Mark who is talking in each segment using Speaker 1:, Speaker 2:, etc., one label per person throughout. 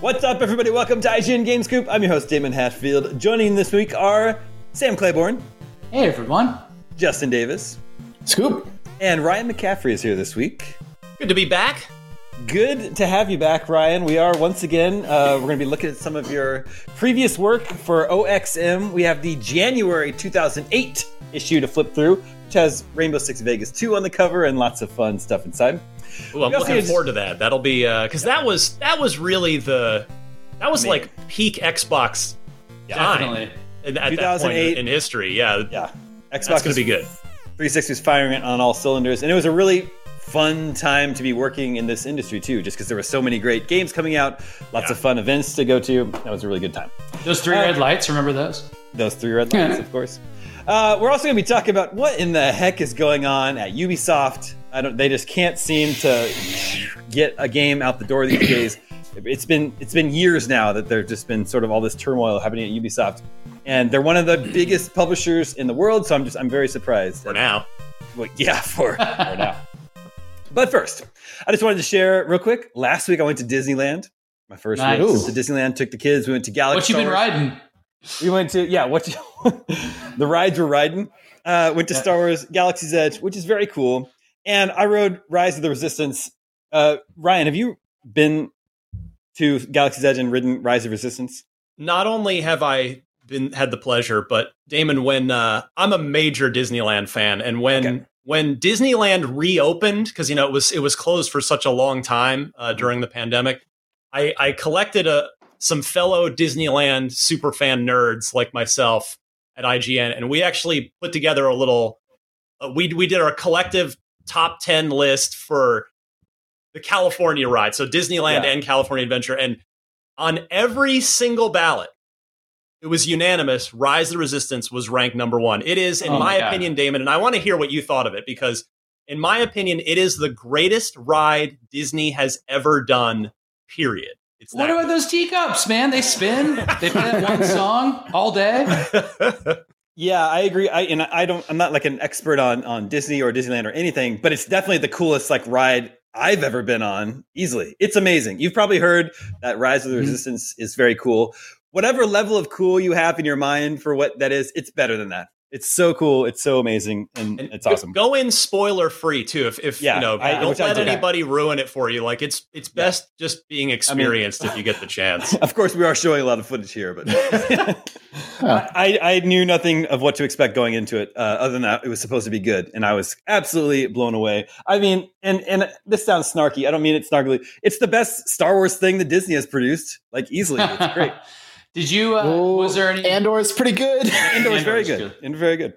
Speaker 1: What's up, everybody? Welcome to IGN Game Scoop. I'm your host, Damon Hatfield. Joining this week are Sam Claiborne,
Speaker 2: Hey everyone.
Speaker 1: Justin Davis,
Speaker 2: Scoop.
Speaker 1: and Ryan McCaffrey is here this week.
Speaker 3: Good to be back.
Speaker 1: Good to have you back, Ryan. We are once again, uh, we're going to be looking at some of your previous work for OXM. We have the January 2008 issue to flip through, which has Rainbow Six Vegas 2 on the cover and lots of fun stuff inside.
Speaker 3: Ooh, I'm
Speaker 1: Yes,
Speaker 3: looking
Speaker 1: it's-
Speaker 3: forward to that. That'll be because that was that was really the that was like peak Xbox time
Speaker 2: Definitely.
Speaker 3: at at that point
Speaker 1: 2008.
Speaker 3: in, in history. Yeah,
Speaker 1: Yeah. Xbox
Speaker 3: that's gonna
Speaker 1: is
Speaker 3: be good.
Speaker 1: 360 was firing it on all cylinders, and it was a really fun time to be working in this industry too, just because there were so many great games coming out, lots
Speaker 3: Yeah.
Speaker 1: of fun events to go to. That was a really good time.
Speaker 2: Those three
Speaker 1: Uh,
Speaker 2: red lights, remember those?
Speaker 1: Those three red lines,
Speaker 2: Yeah.
Speaker 1: of course. Uh, we're also going to be talking about what in the heck is going on at Ubisoft. I don't. They just can't seem to get a game out the door these days. It's been it's been years now that there's just been sort of all this turmoil happening at Ubisoft, and they're one of the biggest publishers in the world. So I'm just I'm very surprised.
Speaker 3: For now,
Speaker 1: Well, yeah, for, for now. But first, I just wanted to share real quick. Last week I went to Disneyland. My first
Speaker 2: Nice.
Speaker 1: week to Disneyland. Took the kids. We went to Galaxy.
Speaker 2: what you been
Speaker 1: Star Wars.
Speaker 2: riding?
Speaker 1: We went to yeah. What you, the rides were riding. Uh, went to
Speaker 2: Yeah.
Speaker 1: Star Wars Galaxy's Edge, which is very cool. And I rode Rise of the Resistance. Uh, Ryan, have you been to Galaxy's Edge and ridden Rise of Resistance?
Speaker 3: not only have I been had the pleasure, but Damon, when uh, I'm a major Disneyland fan, and when
Speaker 1: Okay.
Speaker 3: when Disneyland reopened, because you know it was it was closed for such a long time uh, during the pandemic, I, I collected a some fellow Disneyland superfan nerds like myself at IGN, and we actually put together a little. Uh, we we did our collective top ten list for the California ride, so Disneyland
Speaker 1: Yeah.
Speaker 3: and California Adventure, and on every single ballot, it was unanimous. Rise of the Resistance was ranked number one. It is, in
Speaker 2: Oh my
Speaker 3: my
Speaker 2: God.
Speaker 3: opinion, Damon, and I want to hear what you thought of it because, in my opinion, it is the greatest ride Disney has ever done. Period. It's
Speaker 2: What about those teacups, man? They spin. They play that one song all day.
Speaker 3: that.
Speaker 1: Yeah, I agree. I and I don't. I'm not like an expert on on Disney or Disneyland or anything, but it's definitely the coolest like ride I've ever been on. Easily, it's amazing. You've probably heard that Rise of the
Speaker 2: Mhm.
Speaker 1: Resistance is very cool. Whatever level of cool you have in your mind for what that is, it's better than that. It's so cool. It's so amazing, and,
Speaker 3: And
Speaker 1: it's awesome.
Speaker 3: Go in spoiler free too. If, if
Speaker 1: Yeah,
Speaker 3: you know,
Speaker 1: I-
Speaker 3: don't
Speaker 1: which I
Speaker 3: let
Speaker 1: did.
Speaker 3: anybody ruin it for you. Like it's it's best just being experienced if you get the chance.
Speaker 1: Of course, we are showing a lot of footage here, but I, I knew nothing of what to expect going into it. Uh, other than that, it was supposed to be good, and I was absolutely blown away. I mean, and and this sounds snarky. I don't mean it snarkily. It's the best Star Wars thing that Disney has produced, like easily. It's great.
Speaker 2: Did you? Uh, was there any?
Speaker 4: Andor is pretty good.
Speaker 1: Andor was very
Speaker 2: Andor's
Speaker 1: good.
Speaker 2: good.
Speaker 1: And very good.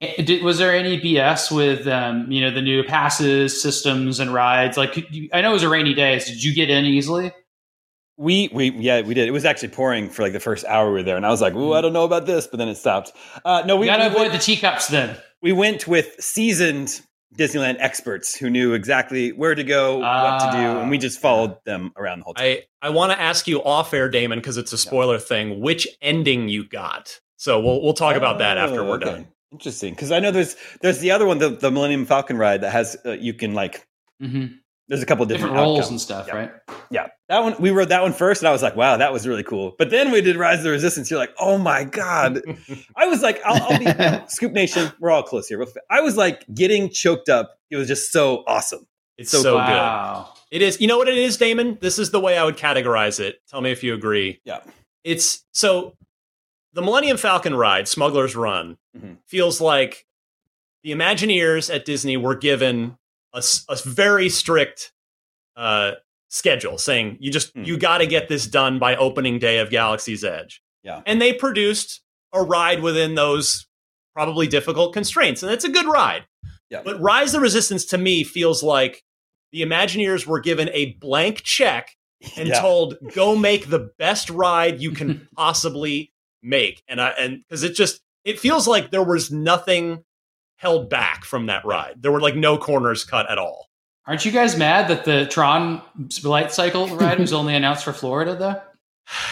Speaker 2: Eh, Did, was there any BS with um, you know the new passes, systems, and rides? Like could you, I know it was a rainy day. So did you get in easily?
Speaker 1: We we yeah we did. It was actually pouring for like the first hour we were there, and I was like, "Ooh, I don't know about this," but then it stopped. Uh, no,
Speaker 2: We
Speaker 1: we
Speaker 2: gotta
Speaker 1: we went-
Speaker 2: avoid the teacups then.
Speaker 1: we went with seasoned Disneyland experts who knew exactly where to go, what to do,
Speaker 2: Ah.
Speaker 1: and we just followed them around the whole time.
Speaker 3: I I want to ask you off air, Damon, because it's a spoiler thing. Which ending you got? So we'll we'll talk about that after
Speaker 1: Oh,
Speaker 3: we're
Speaker 1: okay.
Speaker 3: done.
Speaker 1: Interesting, because I know there's there's the other one, the, the Millennium Falcon ride that has uh, you can like.
Speaker 2: hmm
Speaker 1: There's a couple different,
Speaker 2: Different roles
Speaker 1: outcomes.
Speaker 2: and stuff,
Speaker 1: Yeah.
Speaker 2: right?
Speaker 1: yeah, that one we rode that one first, and I was like, wow, that was really cool. But then we did Rise of the Resistance. You're like, oh my god. I was like, I'll, I'll be Scoop Nation. We're all close here. I was like getting choked up. It was just so awesome.
Speaker 3: It's
Speaker 1: So
Speaker 3: so, good.
Speaker 2: wow.
Speaker 3: It is. You know what it is, Damon? This is the way I would categorize it. Tell me if you agree.
Speaker 1: Yeah.
Speaker 3: It's so the Millennium Falcon ride, Smuggler's Run,
Speaker 1: Mhm.
Speaker 3: feels like the Imagineers at Disney were given a, s- a very strict uh, schedule saying you just
Speaker 1: Hmm.
Speaker 3: you got to get this done by opening day of Galaxy's Edge.
Speaker 1: Yeah.
Speaker 3: And they produced a ride within those probably difficult constraints and it's a good ride.
Speaker 1: Yeah.
Speaker 3: But Rise of the Resistance to me feels like the Imagineers were given a blank check and
Speaker 1: Yeah.
Speaker 3: told go make the best ride you can possibly make and i and because it just it feels like there was nothing held back from that ride there were like no corners cut at all
Speaker 2: Aren't you guys mad that the Tron light cycle ride was only announced for Florida though?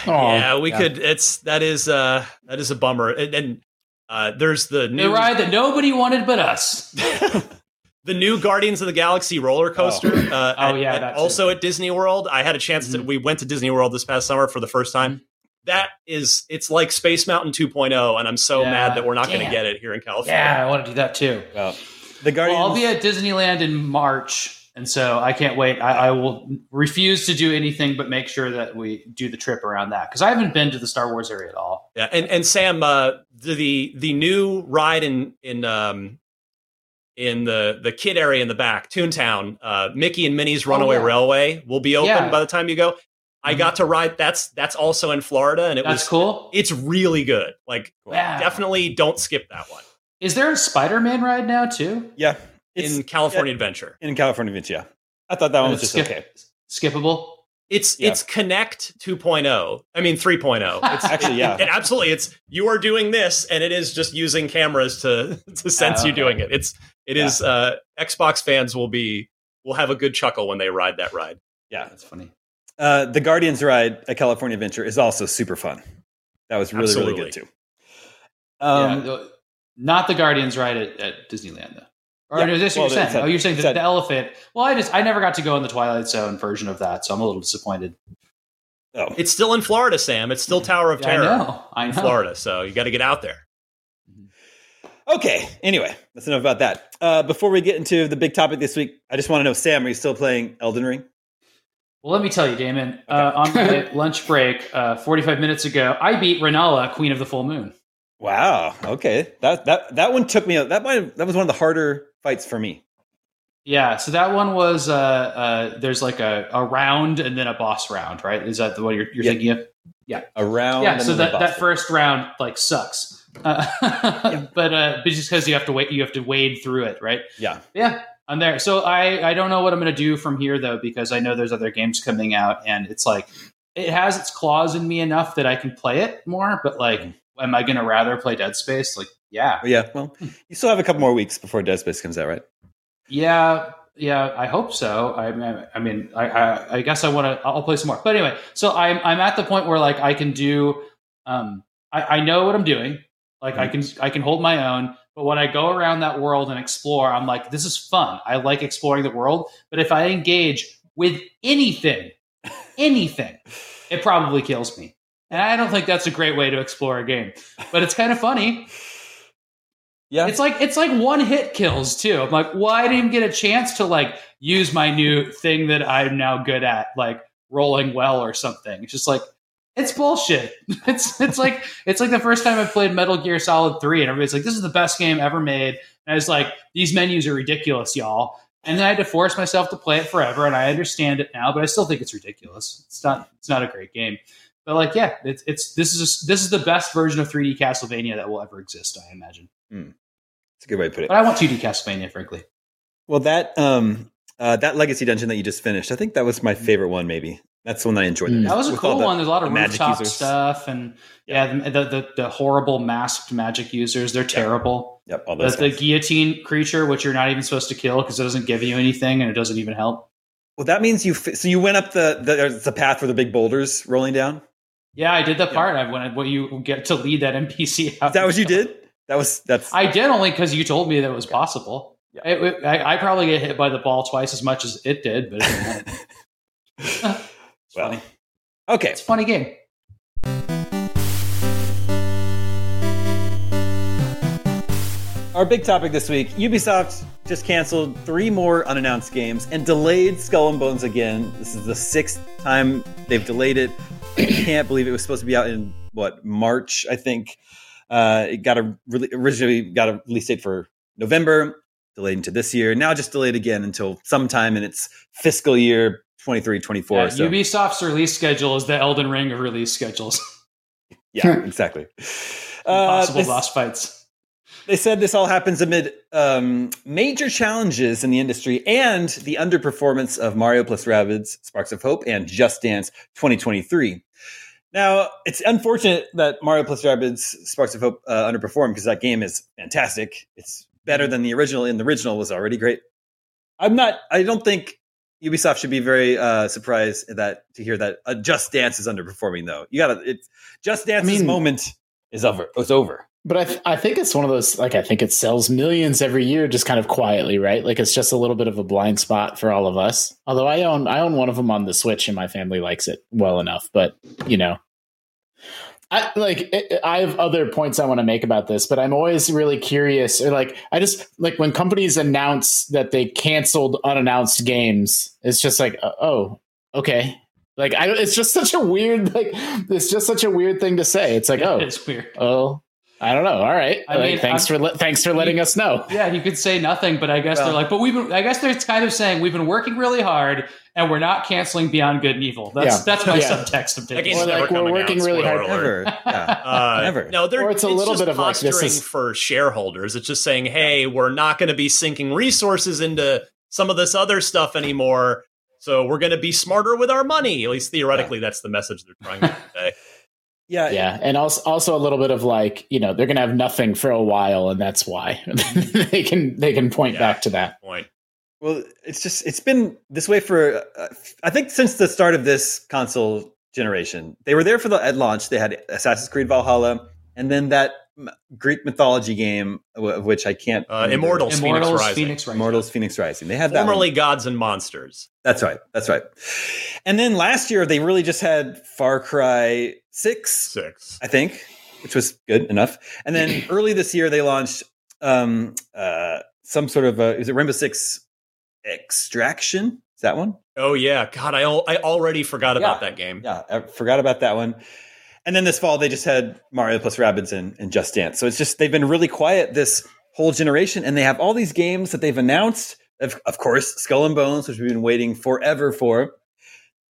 Speaker 3: yeah we
Speaker 1: Oh, yeah.
Speaker 3: could it's that is uh that is a bummer and, and uh there's the
Speaker 2: The
Speaker 3: new
Speaker 2: ride that nobody wanted but us.
Speaker 3: the new Guardians of the Galaxy roller coaster.
Speaker 1: Oh.
Speaker 3: Uh,
Speaker 2: Oh,
Speaker 3: at-
Speaker 2: yeah,
Speaker 3: at-
Speaker 2: that too.
Speaker 3: also at Disney World. I had a chance to.
Speaker 1: Mm-hmm.
Speaker 2: Mhm.
Speaker 3: We went to Disney World this past summer for the first time. That is, it's like Space Mountain 2.0, and I'm so
Speaker 2: Yeah.
Speaker 3: mad that we're not going to
Speaker 2: Damn.
Speaker 3: get it here in California.
Speaker 2: Yeah, I want to do that too.
Speaker 1: Well, the
Speaker 2: Well,
Speaker 1: Guardians.
Speaker 2: I'll be at Disneyland in March, and so I can't wait. I, I will refuse to do anything but make sure that we do the trip around that because I haven't been to the Star Wars area at all.
Speaker 3: Yeah, and and Sam, uh, the- the the new ride in in um in the the kid area in the back, Toontown, uh, Mickey and Minnie's Runaway
Speaker 2: Oh, yeah.
Speaker 3: Railway will be open
Speaker 2: Yeah.
Speaker 3: by the time you go. I
Speaker 2: Mhm.
Speaker 3: got to ride. That's that's also in Florida, and it
Speaker 2: That's
Speaker 3: was
Speaker 2: cool.
Speaker 3: it's really good. Like
Speaker 2: Yeah.
Speaker 3: definitely don't skip that one
Speaker 2: Is there a Spider-Man ride now too?
Speaker 1: yeah, it's
Speaker 3: in
Speaker 1: in,
Speaker 3: California Adventure.
Speaker 1: California Beach. Yeah, I thought that one was
Speaker 2: It's
Speaker 1: Oh, just
Speaker 2: skip-
Speaker 1: okay.
Speaker 2: Skippable.
Speaker 3: It's
Speaker 1: Yeah.
Speaker 3: it's Connect 2.0. I mean oh, 3.0. It's,
Speaker 1: Actually, yeah.
Speaker 3: it absolutely it's you are doing this and it is just using cameras to to sense you
Speaker 2: okay.
Speaker 3: doing it it's it is uh xbox fans will be will have a good chuckle when they ride that ride
Speaker 1: Yeah.
Speaker 2: that's funny.
Speaker 1: Uh, the Guardians ride at California Adventure is also super fun. That was really
Speaker 3: Absolutely.
Speaker 1: really good too.
Speaker 2: Um,
Speaker 1: Um,
Speaker 2: not the Guardians ride at, at Disneyland though. Or
Speaker 1: Yeah,
Speaker 2: no, that's what
Speaker 1: well,
Speaker 2: you're saying.
Speaker 1: it's at-
Speaker 2: oh, you're saying
Speaker 1: it's
Speaker 2: the,
Speaker 1: at-
Speaker 2: the elephant. Well, I just I never got to go in the Twilight Zone version of that, so I'm a little disappointed.
Speaker 1: oh,
Speaker 3: it's still in florida sam it's still tower of
Speaker 2: Yeah,
Speaker 3: terror
Speaker 2: I know. I know.
Speaker 3: in florida so you got to get out there
Speaker 1: oh, okay. Anyway, that's enough about that. Uh, before we get into the big topic this week, I just want to know, Sam, are you still playing Elden Ring?
Speaker 2: Well, let me tell you, Damon. Uh, on my lunch break, uh, 45 minutes ago, I beat Renala, Queen of the Full Moon.
Speaker 1: Wow. Okay. That that that one took me. out. That might have, that was one of the harder fights for me.
Speaker 2: Yeah, so that one was uh, uh, there's like a, a round and then a boss round, right? Is that the one you're, you're
Speaker 1: Yeah.
Speaker 2: thinking of?
Speaker 1: Around.
Speaker 2: yeah, so
Speaker 1: another
Speaker 2: that,
Speaker 1: boss
Speaker 2: that
Speaker 1: fight.
Speaker 2: first round like sucks, uh, but uh, but just because you have to wait, you have to wade through it, right?
Speaker 1: Yeah.
Speaker 2: Yeah, I'm there. So I I don't know what I'm going to do from here though because I know there's other games coming out and it's like it has its claws in me enough that I can play it more, but like am I going to rather play Dead Space? Like yeah.
Speaker 1: Yeah. Well,
Speaker 2: Hmm.
Speaker 1: you still have a couple more weeks before Dead Space comes out, right?
Speaker 2: Yeah, yeah, I hope so. I, I, I mean, I, I, I guess I want to. I'll play some more. But anyway, so I'm I'm at the point where like I can do. Um, I, I know what I'm doing. Like I can I can hold my own. But when I go around that world and explore, I'm like, this is fun. I like exploring the world. But if I engage with anything, anything, it probably kills me. And I don't think that's a great way to explore a game. But it's kind of funny.
Speaker 1: Yeah.
Speaker 2: It's like it's like one hit kills too. I'm like, well, I didn't get a chance to like use my new thing that I'm now good at, like rolling well or something. It's just like it's bullshit. It's it's like it's like the first time I played Metal Gear Solid Three, and everybody's like, "This is the best game ever made." And I was like, "These menus are ridiculous, y'all." And then I had to force myself to play it forever, and I understand it now, but I still think it's ridiculous. It's not it's not a great game, but like, yeah, it's it's this is this is the best version of 3D Castlevania that will ever exist, I imagine.
Speaker 1: It's a good way to put it.
Speaker 2: But I want 2D Castlevania, frankly.
Speaker 1: Well, that um uh, that legacy dungeon that you just finished, I think that was my favorite one. Maybe that's the one that I enjoyed. the
Speaker 3: Mm.
Speaker 1: most,
Speaker 2: That was a
Speaker 1: with all
Speaker 2: cool
Speaker 1: the-
Speaker 2: one. There's a lot of
Speaker 1: the magic
Speaker 2: rooftop
Speaker 1: users.
Speaker 2: stuff, and yeah, the, the, the the horrible masked magic users. They're terrible.
Speaker 1: Yep, all
Speaker 2: The,
Speaker 1: those.
Speaker 2: the
Speaker 1: guys.
Speaker 2: guillotine creature, which you're not even supposed to kill because it doesn't give you anything and it doesn't even help.
Speaker 1: well, that means you. Fi- so you went up the the, there's the path where the big boulders rolling down.
Speaker 2: Yeah, I did that
Speaker 1: Yeah.
Speaker 2: part. I wanted what you get to lead that NPC out.
Speaker 1: Is that what you did? That was that's.
Speaker 2: I did only because you told me that it was possible.
Speaker 1: Yeah.
Speaker 2: It- it- I, I probably get hit by the ball twice as much as it did, but it didn't matter.
Speaker 1: it's
Speaker 2: funny.
Speaker 1: Okay.
Speaker 2: it's a funny game.
Speaker 1: Our big topic this week Ubisoft just canceled three more unannounced games and delayed Skull and Bones again. This is the sixth time they've delayed it. I can't believe it was supposed to be out in what, March, I think. Uh, it got a really, originally got a release date for November, delayed into this year, now just delayed again until sometime in its fiscal year 23 24.
Speaker 2: Yeah, Ubisoft's release schedule is the Elden Ring of release schedules.
Speaker 1: yeah exactly. Uh,
Speaker 2: Impossible
Speaker 1: this-
Speaker 2: boss fights.
Speaker 1: They said this all happens amid um, major challenges in the industry and the underperformance of Mario plus Rabbids, Sparks of Hope, and Just Dance 2023. Now, it's unfortunate that Mario plus Rabbids, Sparks of Hope uh, underperformed because that game is fantastic. It's better than the original, and the original was already great. I'm not, I don't think Ubisoft should be very uh, surprised that to hear that uh, Just Dance is underperforming, though. You gotta, it's Just Dance's
Speaker 4: mean-
Speaker 1: moment is over. It's over.
Speaker 4: But I, th- I think it's one of those like I think it sells millions every year just kind of quietly, right? Like it's just a little bit of a blind spot for all of us. Although I own I own one of them on the Switch and my family likes it well enough, but you know. I like it, I have other points I want to make about this, but I'm always really curious or like I just like when companies announce that they canceled unannounced games, it's just like uh, oh, okay. Like I it's just such a weird like it's just such a weird thing to say. It's like oh,
Speaker 2: it's weird.
Speaker 4: Oh, I don't know. All right.
Speaker 2: I
Speaker 4: Like,
Speaker 2: mean,
Speaker 4: thanks for le- thanks for letting us know.
Speaker 2: Yeah, you could say nothing, but I guess
Speaker 1: Well-
Speaker 2: they're like, but we've been, I guess they're kind of saying we've been working really hard and we're not canceling Beyond Good and Evil. That's
Speaker 4: Yeah.
Speaker 2: that's my
Speaker 4: Yeah.
Speaker 2: subtext of
Speaker 3: That
Speaker 2: this.
Speaker 3: game's
Speaker 4: Or
Speaker 3: never
Speaker 4: like, we're
Speaker 3: coming
Speaker 4: working
Speaker 3: out,
Speaker 4: really
Speaker 3: spoiler
Speaker 4: hard.
Speaker 3: alert.
Speaker 1: Never. Yeah.
Speaker 3: Uh,
Speaker 1: Never.
Speaker 3: No, they're,
Speaker 4: Or it's a little
Speaker 3: just
Speaker 4: bit of, like, this
Speaker 3: posturing
Speaker 4: is-
Speaker 3: for shareholders. It's just saying, hey, we're not going to be sinking resources into some of this other stuff anymore. So we're going to be smarter with our money. At least theoretically, that's the message they're trying to convey.
Speaker 1: Yeah.
Speaker 4: Yeah, and also also a little bit of like you know they're gonna have nothing for a while, and that's why they can they can point
Speaker 3: Yeah.
Speaker 4: back to that.
Speaker 3: Point.
Speaker 1: Well, it's just it's been this way for uh, I think since the start of this console generation. They were there for the at launch. They had Assassin's Creed Valhalla, and then that m- Greek mythology game w- of which I can't
Speaker 3: Uh,
Speaker 1: remember.
Speaker 3: Immortals,
Speaker 2: Immortals,
Speaker 3: Phoenix Rising.
Speaker 2: Rising.
Speaker 1: Immortals, Phoenix Rising. They had that one.
Speaker 3: Formerly Gods and Monsters.
Speaker 1: That's right. That's right. And then last year they really just had Far Cry Six,
Speaker 3: Six.
Speaker 1: I think, which was good enough. And then early this year, they launched um, uh, some sort of a, is it Rainbow Six Extraction? Is that one?
Speaker 3: Oh, yeah. God, I, al- I already forgot about that game.
Speaker 1: Yeah, I forgot about that one. And then this fall, they just had Mario plus Rabbids and, and Just Dance. So it's just they've been really quiet this whole generation, and they have all these games that they've announced. Of, of course, Skull and Bones, which we've been waiting forever for.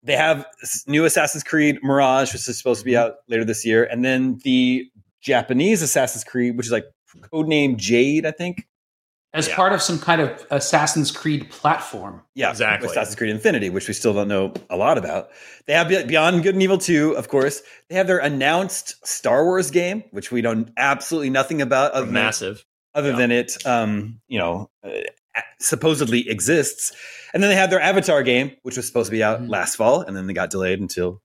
Speaker 1: They have s- new Assassin's Creed Mirage, which is supposed to be out later this year, and then the Japanese Assassin's Creed, which is like codename Jade, I think.
Speaker 2: As
Speaker 3: Yeah.
Speaker 2: part of some kind of Assassin's Creed platform.
Speaker 1: Yeah,
Speaker 3: Exactly.
Speaker 1: Assassin's Creed Infinity, which we still don't know a lot about. They have Be- Beyond Good and Evil 2, of course. They have their announced Star Wars game, which we don't absolutely nothing about other than,
Speaker 3: Massive.
Speaker 1: other
Speaker 3: yeah.
Speaker 1: than it, um, you know, uh, supposedly exists. And then they had their Avatar game, which was supposed to be out
Speaker 2: Mhm.
Speaker 1: last fall, and then they got delayed until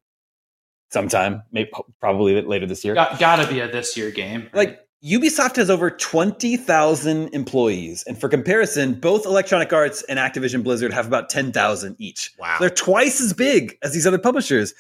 Speaker 1: sometime, maybe probably later this year.
Speaker 2: Got, gotta be a this year game. right?
Speaker 1: Like Ubisoft has over 20,000 employees. And for comparison, both Electronic Arts and Activision Blizzard have about 10,000 each.
Speaker 3: Wow.
Speaker 1: They're twice as big as these other publishers.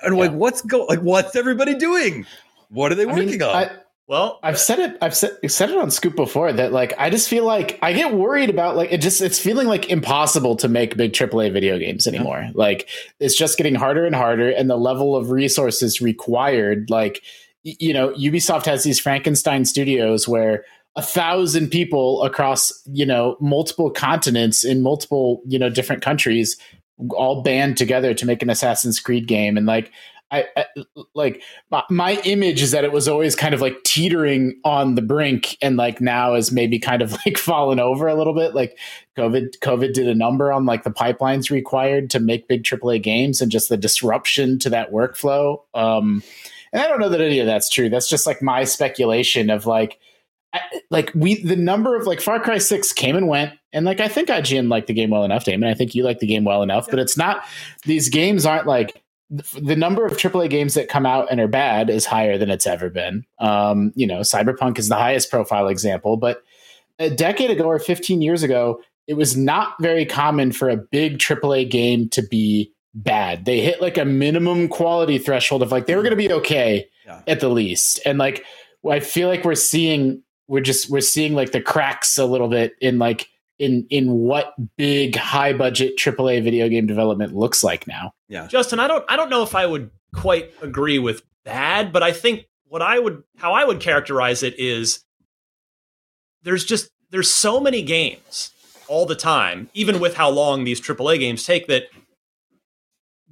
Speaker 1: And like what's go like what's everybody doing? What are they
Speaker 4: I
Speaker 1: working
Speaker 4: mean,
Speaker 1: on?
Speaker 4: I,
Speaker 3: well,
Speaker 4: I've said it. I've said, said it on Scoop before that like I just feel like I get worried about like it just it's feeling like impossible to make big AAA video games anymore. Like it's just getting harder and harder, and the level of resources required. Like y- you know, Ubisoft has these Frankenstein studios where a thousand people across you know multiple continents in multiple you know different countries all band together to make an Assassin's Creed game, and like I, I like my, my image is that it was always kind of like teetering on the brink and like now is maybe kind of like fallen over a little bit like covid covid did a number on like the pipelines required to make big aaa games and just the disruption to that workflow um and i don't know that any of that's true that's just like my speculation of like I, like we the number of like far cry 6 came and went and like i think ign liked the game well enough damon i think you liked the game well enough but it's not these games aren't like the number of AAA games that come out and are bad is higher than it's ever been. Um, you know, Cyberpunk is the highest profile example, but a decade ago or 15 years ago, it was not very common for a big AAA game to be bad. They hit like a minimum quality threshold of like they were going to be okay
Speaker 1: Yeah.
Speaker 4: at the least. And like I feel like we're seeing we're just we're seeing like the cracks a little bit in like in in what big high budget AAA video game development looks like now.
Speaker 3: Justin, I don't I don't know if I would quite agree with bad, but I think what I would how I would characterize it is there's just there's so many games all the time, even with how long these AAA games take that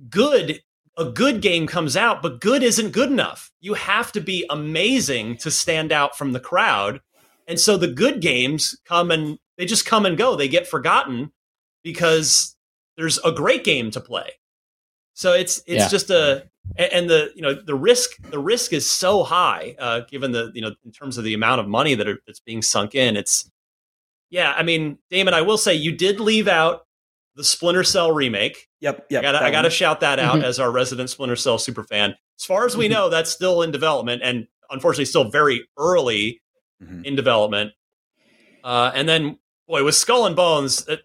Speaker 3: good a good game comes out, but good isn't good enough. You have to be amazing to stand out from the crowd. And so the good games come and they just come and go. They get forgotten because there's a great game to play. So it's it's
Speaker 4: Yeah.
Speaker 3: just a a- and the you know the risk the risk is so high uh, given the you know in terms of the amount of money that are, that's being sunk in. It's yeah, I mean, Damon, I will say you did leave out the Splinter Cell remake.
Speaker 1: yep, yep.
Speaker 3: I gotta,
Speaker 1: that
Speaker 3: I gotta
Speaker 1: one. Mm-hmm.
Speaker 3: shout that out
Speaker 4: Mhm.
Speaker 3: as our resident Splinter Cell superfan. As far as we know, that's still in development, and unfortunately still very early
Speaker 1: Mhm.
Speaker 3: in development. Uh, and then, boy, with Skull and Bones, that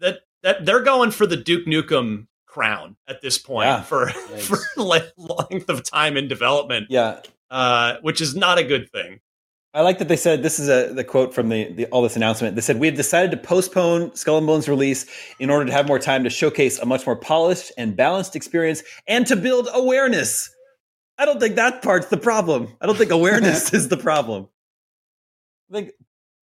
Speaker 3: that that they're going for the Duke Nukem crown at this point
Speaker 1: Yeah.
Speaker 3: for for like length of time in development,
Speaker 1: Yeah,
Speaker 3: uh, which is not a good thing.
Speaker 1: I like that they said this is a the quote from the, the all this announcement. They said we have decided to postpone Skull and Bones release in order to have more time to showcase a much more polished and balanced experience and to build awareness. I don't think that part's the problem. I don't think awareness is the problem. I think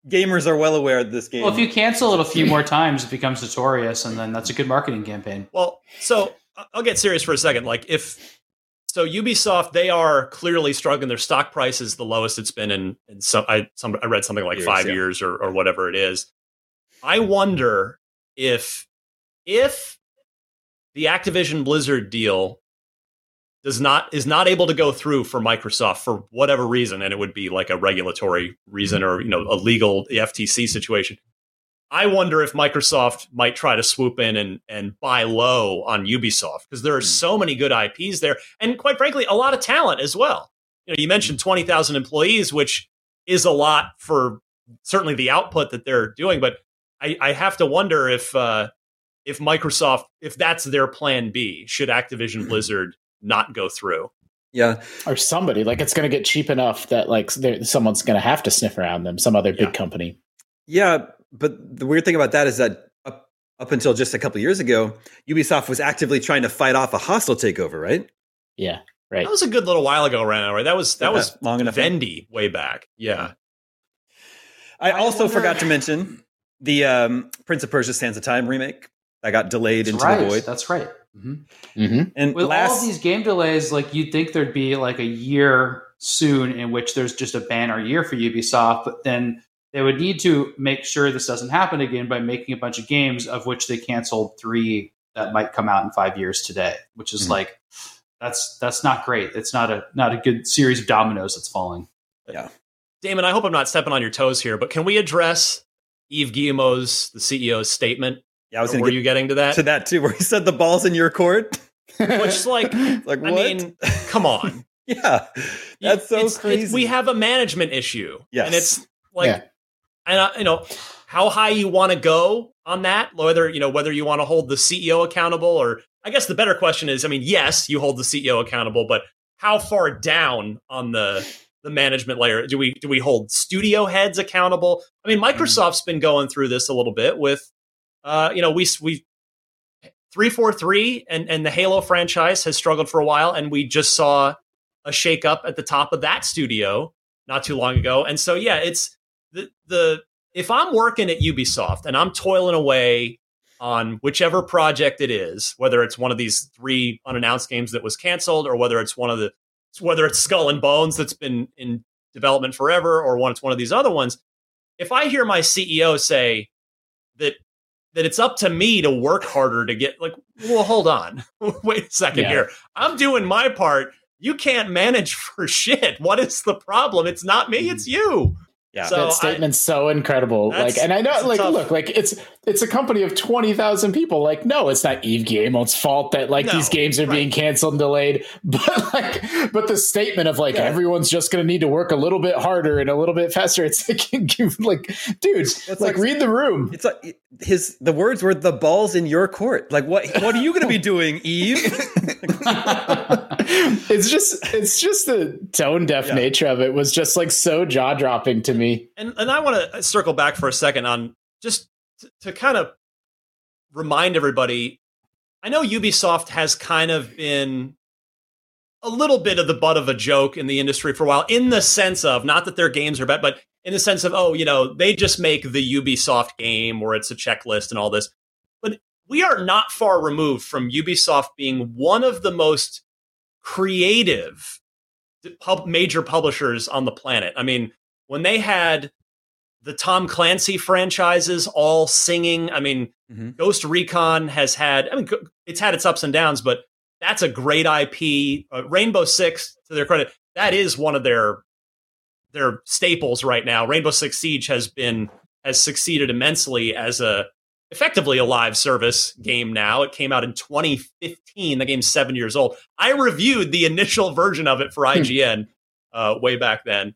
Speaker 1: gamers are well aware of this game.
Speaker 2: Well, if you cancel it a few more times, it becomes notorious, and then that's a good marketing campaign.
Speaker 3: Well, so I- I'll get serious for a second. Like if so, Ubisoft they are clearly struggling. Their stock price is the lowest it's been in, in some. I some I read something like
Speaker 1: Years,
Speaker 3: five
Speaker 1: yeah.
Speaker 3: years or, or whatever it is. I wonder if if the Activision Blizzard deal does not is not able to go through for Microsoft for whatever reason, and it would be like a regulatory reason
Speaker 1: Mm-hmm.
Speaker 3: or you know a legal the FTC situation. I wonder if Microsoft might try to swoop in and and buy low on Ubisoft because there are
Speaker 1: Hmm.
Speaker 3: so many good IPs there, and quite frankly, a lot of talent as well. You know, you mentioned twenty thousand employees, which is a lot for certainly the output that they're doing, but I, I have to wonder if uh, if Microsoft if that's their plan B should Activision Blizzard not go through.
Speaker 1: yeah,
Speaker 4: or somebody like it's going to get cheap enough that like there- someone's going to have to sniff around them some other
Speaker 3: Yeah.
Speaker 4: big company
Speaker 1: yeah. But the weird thing about that is that up, up until just a couple years ago, Ubisoft was actively trying to fight off a hostile takeover. Right?
Speaker 4: yeah
Speaker 3: That was a good little while ago, right now. Right, that was that was
Speaker 1: long enough.
Speaker 3: Vendy way back. Yeah,
Speaker 1: I
Speaker 2: I
Speaker 1: also
Speaker 2: wonder-
Speaker 1: forgot to mention the um, Prince of Persia: Sands of Time remake that got delayed
Speaker 2: That's
Speaker 1: into
Speaker 2: right.
Speaker 1: the void.
Speaker 2: That's right. Mhm.
Speaker 4: hmm
Speaker 1: And
Speaker 2: With
Speaker 1: last,
Speaker 2: all of these game delays, like you'd think there'd be like a year soon in which there's just a banner year for Ubisoft, but then they would need to make sure this doesn't happen again by making a bunch of games of which they canceled three that might come out in five years today, which is
Speaker 1: Mhm.
Speaker 2: like that's that's not great. It's not a not a good series of dominoes that's falling.
Speaker 3: Damon, I hope I'm not stepping on your toes here, but can we address Eve Guillemot's the CEO's statement?
Speaker 1: yeah, I was
Speaker 3: Or
Speaker 1: going
Speaker 3: were
Speaker 1: to get
Speaker 3: you getting to that?
Speaker 1: to that too, where he said the balls in your court.
Speaker 3: Which is like,
Speaker 1: It's like
Speaker 3: I
Speaker 1: what?
Speaker 3: mean, come on,
Speaker 1: yeah, that's so
Speaker 3: It's- it's-
Speaker 1: crazy.
Speaker 3: we have a management issue,
Speaker 1: Yes.
Speaker 3: and it's like,
Speaker 4: Yeah.
Speaker 3: and I, you know, how high you want to go on that, whether you know whether you want to hold the CEO accountable, or I guess the better question is, I mean, yes, you hold the CEO accountable, but how far down on the the management layer do we do we hold studio heads accountable? I mean,
Speaker 1: Mm-hmm.
Speaker 3: Microsoft's been going through this a little bit with, uh, you know, we we. 343 and, and the Halo franchise has struggled for a while, and we just saw a shakeup at the top of that studio not too long ago. And so, yeah, it's the the if I'm working at Ubisoft and I'm toiling away on whichever project it is, whether it's one of these three unannounced games that was canceled, or whether it's one of the whether it's Skull and Bones that's been in development forever, or one it's one of these other ones. If I hear my CEO say that that it's up to me to work harder to get like, well, hold on, wait a second
Speaker 4: Yeah.
Speaker 3: here. I'm doing my part. You can't manage for shit. What is the problem? It's not me. It's you.
Speaker 1: Yeah.
Speaker 3: So I-
Speaker 4: that statement's so incredible.
Speaker 3: That's-
Speaker 4: Like, and I know,
Speaker 3: that's
Speaker 4: like,
Speaker 3: tough.
Speaker 4: look, like it's it's a company of twenty thousand people. Like, no, it's not Eve Guillemot's fault that like
Speaker 3: No,
Speaker 4: these games are
Speaker 3: right.
Speaker 4: being canceled and delayed. But like, but the statement of like
Speaker 1: Yeah.
Speaker 4: everyone's just going to need to work a little bit harder and a little bit faster. It's like, you- like, dude,
Speaker 1: That's
Speaker 4: like,
Speaker 1: like-
Speaker 4: read the room.
Speaker 1: it's like his the words were the balls in your court. Like what? What are you going to be doing, Eve?
Speaker 4: it's just it's just the tone deaf
Speaker 1: Yeah.
Speaker 4: nature of it was just like so jaw dropping to me.
Speaker 3: and and I want to circle back for a second on just t- to kind of remind everybody. I know Ubisoft has kind of been a little bit of the butt of a joke in the industry for a while, in the sense of not that their games are bad, but in the sense of oh, you know, they just make the Ubisoft game where it's a checklist and all this. But we are not far removed from Ubisoft being one of the most creative pub- major publishers on the planet. I mean, when they had the Tom Clancy franchises all singing. I mean,
Speaker 1: Mhm.
Speaker 3: Ghost Recon has had, I mean, go- it's had its ups and downs, but that's a great IP. Uh, Rainbow Six, to their credit, that is one of their their staples right now. Rainbow Six Siege has been has succeeded immensely as a effectively a live service game now. It came out in 2015. The game's seven years old. I reviewed the initial version of it for IGN uh, way back then.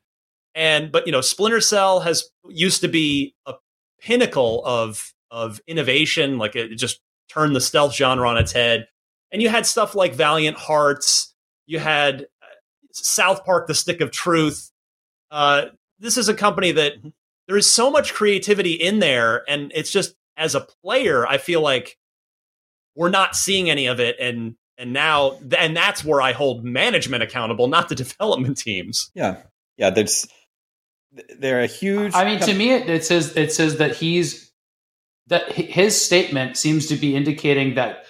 Speaker 3: And but you know, Splinter Cell has used to be a pinnacle of of innovation. Like it just turned the stealth genre on its head. And you had stuff like Valiant Hearts. You had uh, South Park: The Stick of Truth. Uh, this is a company that there is so much creativity in there, and it's just as a player, I feel like we're not seeing any of it. And and now, and that's where I hold management accountable, not the development teams.
Speaker 1: Yeah, yeah. There's they're a huge.
Speaker 2: I mean, to me, it, it says it says that he's that hi- his statement seems to be indicating that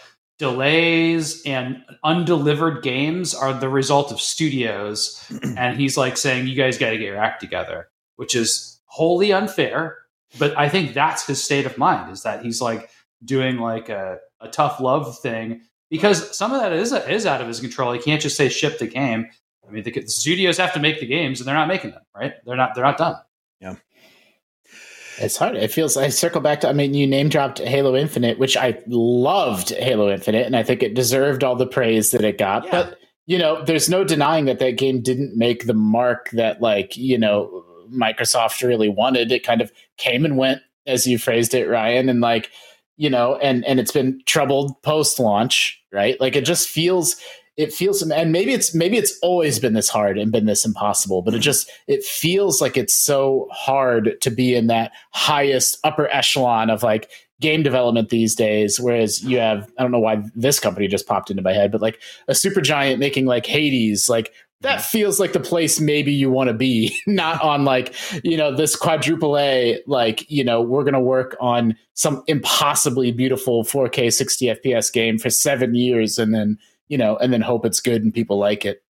Speaker 2: delays and undelivered games are the result of studios, and he's like saying you guys got to get your act together, which is wholly unfair. But I think that's his state of mind is that he's like doing like a, a tough love thing because some of that is is out of his control. He can't just say ship the game. I mean, the, the studios have to make the games, and they're not making them. Right? They're not. They're not done.
Speaker 4: It's hard. It feels. I circle back to. I mean, you name dropped Halo Infinite, which I loved Halo Infinite, and I think it deserved all the praise that it got.
Speaker 3: Yeah.
Speaker 4: But you know, there's no denying that that game didn't make the mark that like you know Microsoft really wanted. It kind of came and went, as you phrased it, Ryan, and like you know, and and it's been troubled post launch, right? Like it just feels. It feels, and maybe it's maybe it's always been this hard and been this impossible, but it just it feels like it's so hard to be in that highest upper echelon of like game development these days whereas you have i don't know why this company just popped into my head but like a super giant making like hades like that feels like the place maybe you want to be not on like you know this quadruple a like you know we're going to work on some impossibly beautiful 4k 60 fps game for seven years and then you know and then hope it's good and people like it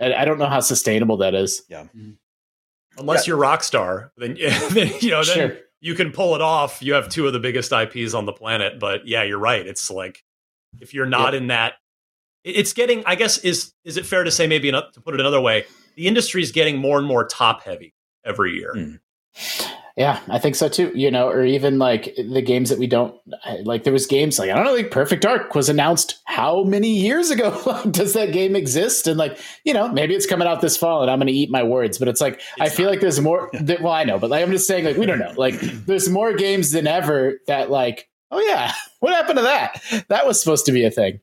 Speaker 4: i, I don't know how sustainable that is
Speaker 3: Unless you're Rockstar, then, then you know then
Speaker 4: Sure.
Speaker 3: you can pull it off. You have two of the biggest IPs on the planet, but yeah, you're right. It's like if you're not in that, it- it's getting. I guess is is it fair to say maybe ano- to put it another way? The industry is getting more and more top heavy every year.
Speaker 1: Hmm.
Speaker 4: Yeah, I think so too. You know, or even like the games that we don't like. There was games like I don't know, like Perfect Dark was announced how many years ago? Like, does that game exist? And like, you know, maybe it's coming out this fall, and I'm going to eat my words. But it's like I
Speaker 3: It's
Speaker 4: feel like there's more. That, well, I know, but like I'm just saying, like we don't know. Like there's more games than ever that like, oh yeah, what happened to that? That was supposed to be a thing.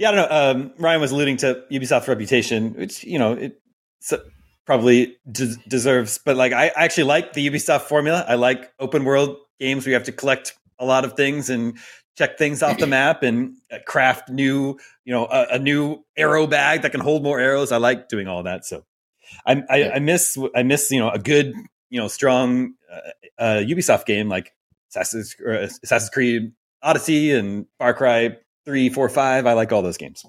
Speaker 1: Yeah, I don't know. Um, Ryan was alluding to Ubisoft's reputation, which you know it so, probably des- deserves. But like, I I actually like the Ubisoft formula. I like open world games where you have to collect a lot of things and check things off the map and uh, craft new, you know, a, a new arrow bag that can hold more arrows. I like doing all that. So I I,
Speaker 4: Yeah.
Speaker 1: I miss I miss you know a good you know strong uh, uh, Ubisoft game like Assassin's, or Assassin's Creed Odyssey and Far Cry three, four, five. I like all those games.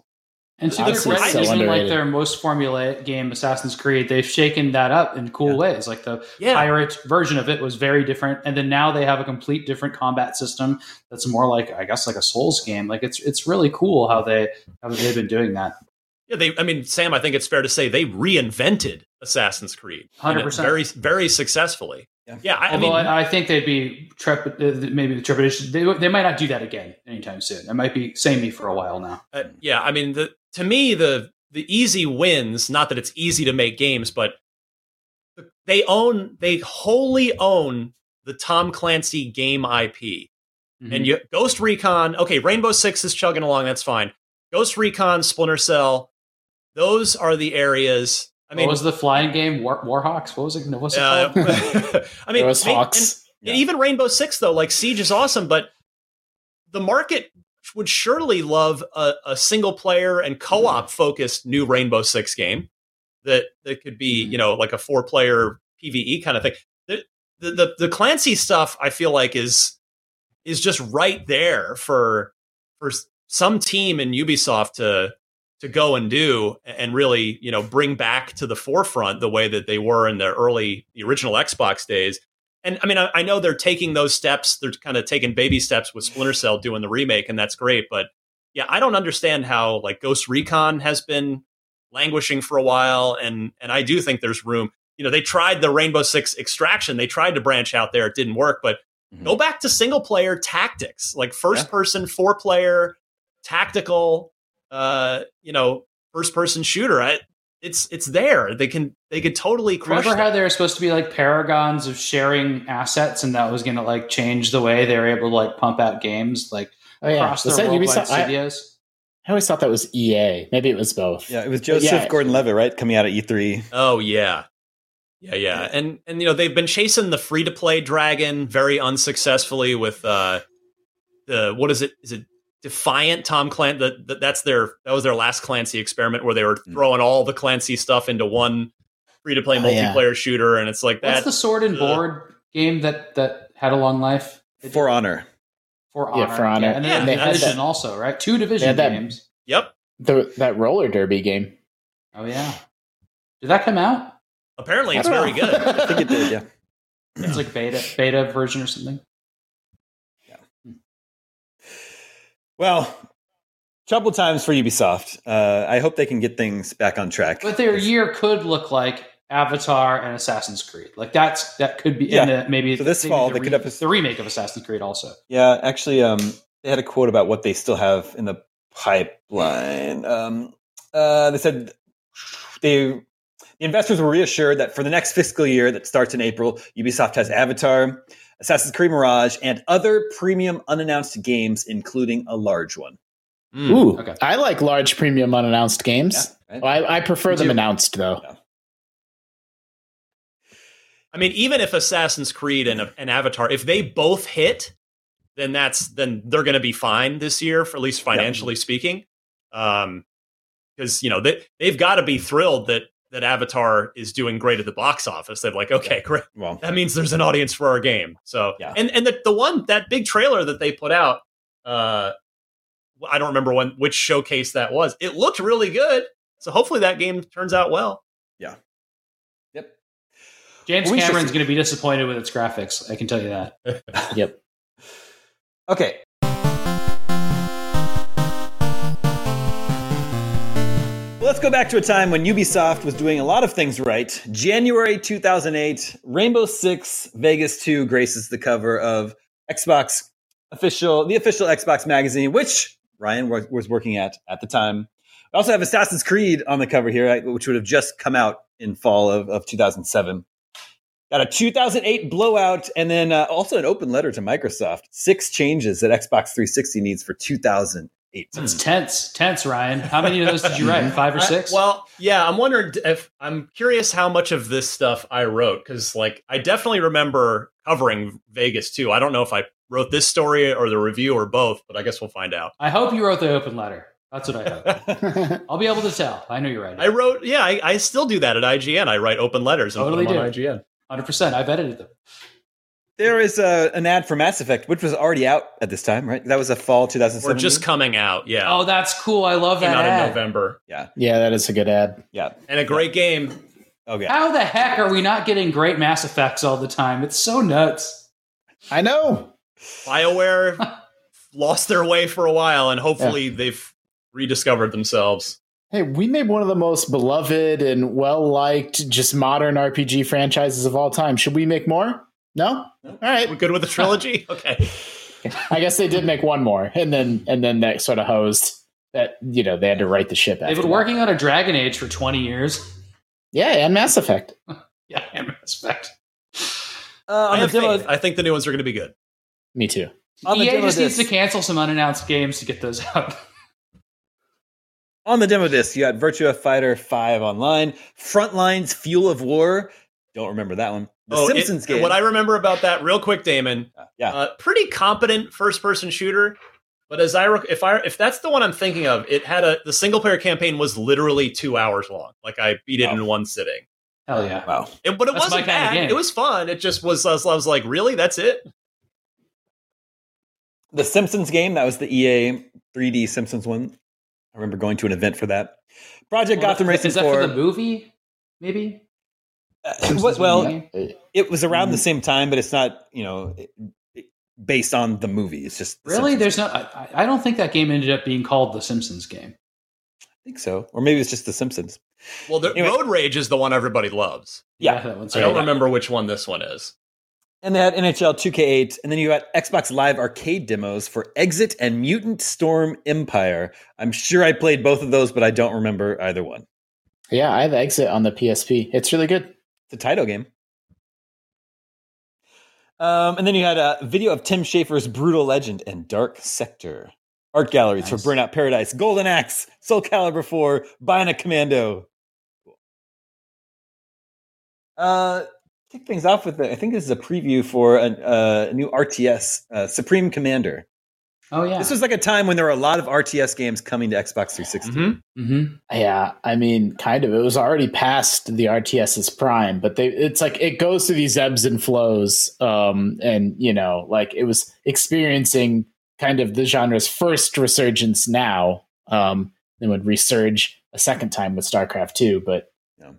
Speaker 2: And to
Speaker 4: Honestly,
Speaker 2: their
Speaker 4: it's
Speaker 2: credit,
Speaker 4: so
Speaker 2: even like
Speaker 4: underrated.
Speaker 2: their most formulaic game, Assassin's Creed, they've shaken that up in cool
Speaker 1: Yeah.
Speaker 2: ways. Like the
Speaker 3: Yeah,
Speaker 2: pirate version of it was very different, and then now they have a complete different combat system that's more like, I guess, like a Souls game. Like it's it's really cool how they how they've been doing that.
Speaker 3: Yeah, they. I mean, Sam, I think it's fair to say they reinvented Assassin's Creed, and it
Speaker 2: 100%.
Speaker 3: very, very successfully.
Speaker 1: Yeah.
Speaker 3: Yeah, I, I
Speaker 2: Although
Speaker 3: mean,
Speaker 2: I, I, think they'd be trep- uh, maybe the trepidation. They, they might not do that again anytime soon. It might be same me for a while now.
Speaker 3: uh, yeah, I mean, the to me the the easy wins. Not that it's easy to make games, but they own, they wholly own the Tom Clancy game IP.
Speaker 2: Mhm.
Speaker 3: and you Ghost Recon. Okay, Rainbow Six is chugging along. That's fine. Ghost Recon, Splinter Cell, those are the areas. I mean,
Speaker 2: what was the flying game? War, Warhawks? What was it? What's it
Speaker 3: uh,
Speaker 2: called?
Speaker 3: I mean,
Speaker 4: there was
Speaker 3: they- and-
Speaker 4: Hawks.
Speaker 1: Yeah.
Speaker 3: and even Rainbow Six, though, like Siege is awesome, but the market would surely love a, a single player and co op focused new Rainbow Six game that that could be, you know, like a four player PVE kind of thing. The, the the the Clancy stuff, I feel like is is just right there for for s- some team in Ubisoft to to go and do and really, you know, bring back to the forefront the way that they were in the early the original Xbox days and I mean, I, I know they're taking those steps. They're kind of taking baby steps with Splinter Cell doing the remake, and that's great. But yeah, I don't understand how like Ghost Recon has been languishing for a while, and and I do think there's room. You know, they tried the Rainbow Six Extraction. They tried to branch out there. It didn't work. But
Speaker 1: Mhm.
Speaker 3: go back to single player tactics, like first
Speaker 1: Yeah.
Speaker 3: person, four player, tactical. Uh, you know, first person shooter. I, it's it's there. They can they could totally crush.
Speaker 2: Remember how
Speaker 3: that.
Speaker 2: they were supposed to be like paragons of sharing assets, and that was going to like change the way they were able to like pump out games like
Speaker 4: Oh yeah,
Speaker 2: across
Speaker 4: was
Speaker 2: their
Speaker 4: that
Speaker 2: worldwide
Speaker 4: Ubisoft? I,
Speaker 2: studios.
Speaker 4: I always thought that was EA. Maybe it was both.
Speaker 1: Yeah, it was Joseph
Speaker 4: Yeah.
Speaker 1: Gordon-Levitt, right, coming out E of E3.
Speaker 3: Oh yeah. Yeah, yeah. And and you know, they've been chasing the free to play dragon very unsuccessfully with uh the what is it? Is it Defiant Tom Clancy that, that that's their that was their last Clancy experiment where they were
Speaker 1: Hmm.
Speaker 3: throwing all the Clancy stuff into one free to play
Speaker 4: Oh, yeah.
Speaker 3: multiplayer shooter and it's like
Speaker 2: What's
Speaker 3: that
Speaker 2: the sword and
Speaker 3: uh,
Speaker 2: board game that that had a long life?
Speaker 1: For Honor.
Speaker 2: For honor,
Speaker 4: Yeah, For Honor.
Speaker 2: and
Speaker 3: Yeah,
Speaker 2: then
Speaker 3: they had
Speaker 2: division
Speaker 4: that-
Speaker 2: also, right? Two division
Speaker 4: had that-
Speaker 2: games.
Speaker 3: Yep.
Speaker 4: The, that roller derby game.
Speaker 2: Oh yeah, did that come out?
Speaker 3: Apparently
Speaker 4: I
Speaker 3: it's
Speaker 4: don't
Speaker 3: very
Speaker 4: know.
Speaker 3: good.
Speaker 1: I think it did, yeah.
Speaker 2: It's like beta beta version or something.
Speaker 1: Well, troubled times for Ubisoft. Uh, I hope they can get things back on track.
Speaker 2: But their year could look like Avatar and Assassin's Creed. Like that's that could be
Speaker 1: Yeah.
Speaker 2: in the, maybe
Speaker 1: So this
Speaker 2: they
Speaker 1: fall,
Speaker 2: need
Speaker 1: they
Speaker 2: to
Speaker 1: could
Speaker 2: re-
Speaker 1: have a-
Speaker 2: the remake of Assassin's Creed also.
Speaker 1: Yeah, actually, um, they had a quote about what they still have in the pipeline. Um, uh, they said they the investors were reassured that for the next fiscal year that starts in April, Ubisoft has Avatar, Assassin's Creed Mirage, and other premium unannounced games, including a large one.
Speaker 3: Mm.
Speaker 4: Ooh,
Speaker 2: Okay.
Speaker 4: I like large premium unannounced games.
Speaker 1: Yeah, right.
Speaker 4: I, I prefer
Speaker 2: Me
Speaker 4: them
Speaker 2: too.
Speaker 4: announced though.
Speaker 3: I mean, even if Assassin's Creed and, and Avatar, if they both hit, then that's then they're going to be fine this year, for at least financially speaking. Um, because you know they they've got to be thrilled that that Avatar is doing great at the box office. They're like, okay, great,
Speaker 1: Well,
Speaker 3: that means there's an audience for our game. So
Speaker 1: Yeah.
Speaker 3: and and the, the one that big trailer that they put out, uh, I don't remember when which showcase that was. It looked really good. So hopefully that game turns out well.
Speaker 2: James
Speaker 1: We should
Speaker 2: Cameron's
Speaker 1: see-
Speaker 2: going to be disappointed with its graphics. I can tell you that.
Speaker 1: okay. Well, Let's go back to a time when Ubisoft was doing a lot of things right. January 2008, Rainbow Six Vegas 2 graces the cover of Xbox official, the official Xbox magazine, which Ryan was, was working at at the time. We also have Assassin's Creed on the cover here, right, which would have just come out in fall of, of 2007. Got a 2008 blowout, and then uh, also an open letter to Microsoft. Six changes that Xbox 360 needs for 2008.
Speaker 2: That's tense, tense, Ryan. How many of those did you write? Five or
Speaker 3: I-
Speaker 2: six?
Speaker 3: well, yeah, I'm wondering if I'm curious how much of this stuff I wrote because, like, I definitely remember covering Vegas too. I don't know if I wrote this story or the review or both, but I guess we'll find out.
Speaker 2: I hope you wrote the open letter. That's what I hope. I'll be able to tell. I know you're right.
Speaker 3: I wrote, yeah, I, I still do that at IGN. I write open letters and
Speaker 2: Totally
Speaker 3: put them
Speaker 2: do.
Speaker 3: on IGN.
Speaker 2: 100%. I've edited them.
Speaker 1: There is a, an ad for Mass Effect, which was already out at this time, right? That was a fall 2007.
Speaker 3: We're just coming out, yeah.
Speaker 2: Oh, that's cool. I love
Speaker 3: Came
Speaker 2: that.
Speaker 3: out in
Speaker 2: ad.
Speaker 3: November,
Speaker 4: yeah, that is a good ad.
Speaker 1: yeah.
Speaker 3: and a great game.
Speaker 1: Oh yeah.
Speaker 2: How the heck are we not getting great Mass Effects all the time? It's so nuts.
Speaker 4: I know.
Speaker 3: Bioware lost their way for a while, and hopefully they've rediscovered themselves.
Speaker 4: Hey, we made one of the most beloved and well liked, just modern RPG franchises of all time. Should we make more? No. All right.
Speaker 3: We're good with the trilogy, okay?
Speaker 4: I guess they did make one more, and then and then that sort of hosed that you know they had to write the ship.
Speaker 2: They've
Speaker 4: after
Speaker 2: been
Speaker 4: that.
Speaker 2: working on a Dragon Age for 20 years.
Speaker 4: Yeah, and Mass Effect.
Speaker 2: Yeah, I Mass Effect.
Speaker 1: Uh,
Speaker 3: I,
Speaker 1: on the
Speaker 3: have
Speaker 1: demo,
Speaker 3: faith. I think the new ones are going to be good.
Speaker 4: Me too.
Speaker 1: On the
Speaker 2: EA
Speaker 1: demo
Speaker 2: E just needs to
Speaker 1: disc.
Speaker 2: cancel some unannounced games to get those out.
Speaker 1: on the demo disc, you got Virtua Fighter 5 online, Frontlines Fuel of War. Don't remember that one. The
Speaker 2: Oh,
Speaker 3: Oh, it-
Speaker 1: Simpsons game.
Speaker 3: What I remember about that, real quick, Damon,
Speaker 1: yeah.
Speaker 3: uh, pretty competent first-person shooter. But as I rec- if I if that's the one I'm thinking of, it had a the single player campaign was literally two hours long. Like I beat it
Speaker 1: Wow.
Speaker 3: in one sitting.
Speaker 2: Hell yeah.
Speaker 1: wow.
Speaker 3: It, but it
Speaker 2: That's my kinda
Speaker 3: wasn't bad.
Speaker 2: game.
Speaker 3: It was fun. It just was. I was, I was like, really? That's it?
Speaker 1: The Simpsons game, that was the E EA 3D Simpsons one. I remember going to an event for that. Project
Speaker 2: Well,
Speaker 1: Gotham Racing
Speaker 2: Is that
Speaker 1: 4.
Speaker 2: for the movie? Maybe?
Speaker 1: Uh,
Speaker 4: Simpsons
Speaker 1: what- well,
Speaker 4: movie. Uh,
Speaker 1: it was around the
Speaker 2: Mm-hmm.
Speaker 4: Mhm.
Speaker 1: same time, but it's not, you know, it- it- based on the movie. It's just. The
Speaker 2: Really?
Speaker 1: Simpsons.
Speaker 2: There's no. I, I don't think that game ended up being called The Simpsons game.
Speaker 1: I think so. Or maybe it's just The Simpsons.
Speaker 3: Well, the,
Speaker 1: Anyway.
Speaker 3: Road Rage is the one everybody loves.
Speaker 1: Yeah.
Speaker 2: that one's
Speaker 3: I don't
Speaker 2: right.
Speaker 3: remember which one this one is.
Speaker 1: And they had NHL 2K8, and then you got Xbox Live arcade demos for Exit and Mutant Storm Empire. I'm sure I played both of those, but I don't remember either one.
Speaker 4: Yeah, I have Exit on the PSP. It's really good.
Speaker 1: It's a title game. Um, and then you had a video of Tim Schafer's Brutal Legend and Dark Sector. Art galleries
Speaker 2: Nice.
Speaker 1: for Burnout Paradise, Golden Axe, Soul Calibur 4, Bionic Commando. Uh, kick things off with, the, I think this is a preview for a uh, new RTS, uh, Supreme Commander.
Speaker 2: Oh yeah.
Speaker 1: This was like a time when there were a lot of RTS games coming to Xbox 360.
Speaker 3: Mhm.
Speaker 2: mm-hmm.
Speaker 4: Yeah, I mean, kind of. It was already past the RTS's prime, but they it's like it goes through these ebbs and flows. Um, and you know, like it was experiencing kind of the genre's first resurgence now. Um, then would resurge a second time with StarCraft two, but
Speaker 1: Yeah.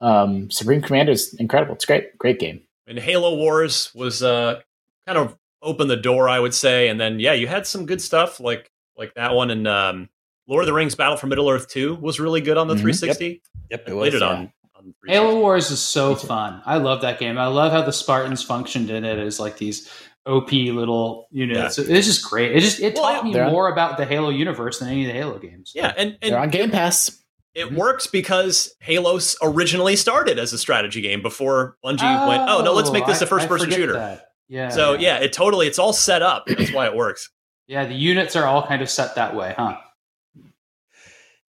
Speaker 4: um, Supreme Commander is incredible. It's great, great game.
Speaker 3: And Halo Wars was uh, kind of opened the door, I would say. And then yeah, you had some good stuff like like that one and um, Lord of the Rings: Battle for Middle Earth Two was really good on the
Speaker 4: Mhm.
Speaker 3: 360.
Speaker 1: Yep,
Speaker 3: I
Speaker 1: it
Speaker 3: played
Speaker 1: was.
Speaker 3: it on, on 360.
Speaker 2: Halo Wars is so fun. I love that game. I love how the Spartans functioned in it as like these OP little units. It's just great. It just it
Speaker 3: Well,
Speaker 2: taught me
Speaker 4: they're-
Speaker 2: more about the Halo universe than any of the Halo games.
Speaker 3: Yeah, and, and
Speaker 4: They're on Game Pass.
Speaker 3: it works because Halo s- originally started as a strategy game before Bungie went, oh no, let's make this a
Speaker 2: I- I
Speaker 3: first person
Speaker 2: forget
Speaker 3: shooter.
Speaker 2: that. Yeah.
Speaker 3: So yeah, it totally it's all set up. That's why it works.
Speaker 2: Yeah, the units are all kind of set that way, huh?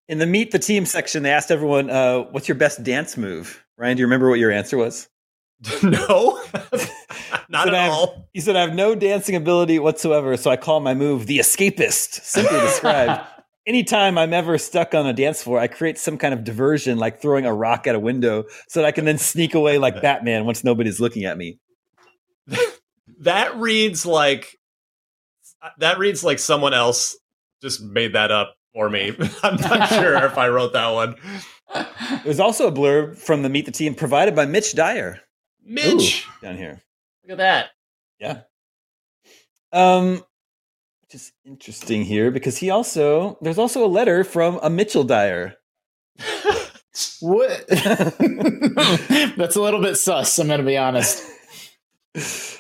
Speaker 1: In the meet the team section, they asked everyone, uh, "What's your best dance move?" Ryan, do you remember what your answer was?
Speaker 3: no, not
Speaker 1: So
Speaker 3: at
Speaker 1: now-
Speaker 3: all.
Speaker 1: He said, "I have no dancing ability whatsoever, so I call my move the escapist." Simply described, anytime I'm ever stuck on a dance floor, I create some kind of diversion, like throwing a rock at a window, so that I can then sneak away like Batman once nobody's looking at me.
Speaker 3: That reads like that reads like someone else just made that up for me. I'm not sure if I wrote that one.
Speaker 1: There's also a blurb from the meet the team provided by Mitch Dyer
Speaker 3: Mitch,
Speaker 1: down here.
Speaker 3: look at that.
Speaker 1: Um, which is interesting here because he also there's also a letter from a Mitchell Dyer.
Speaker 4: What? That's a little bit sus. I'm going to be honest.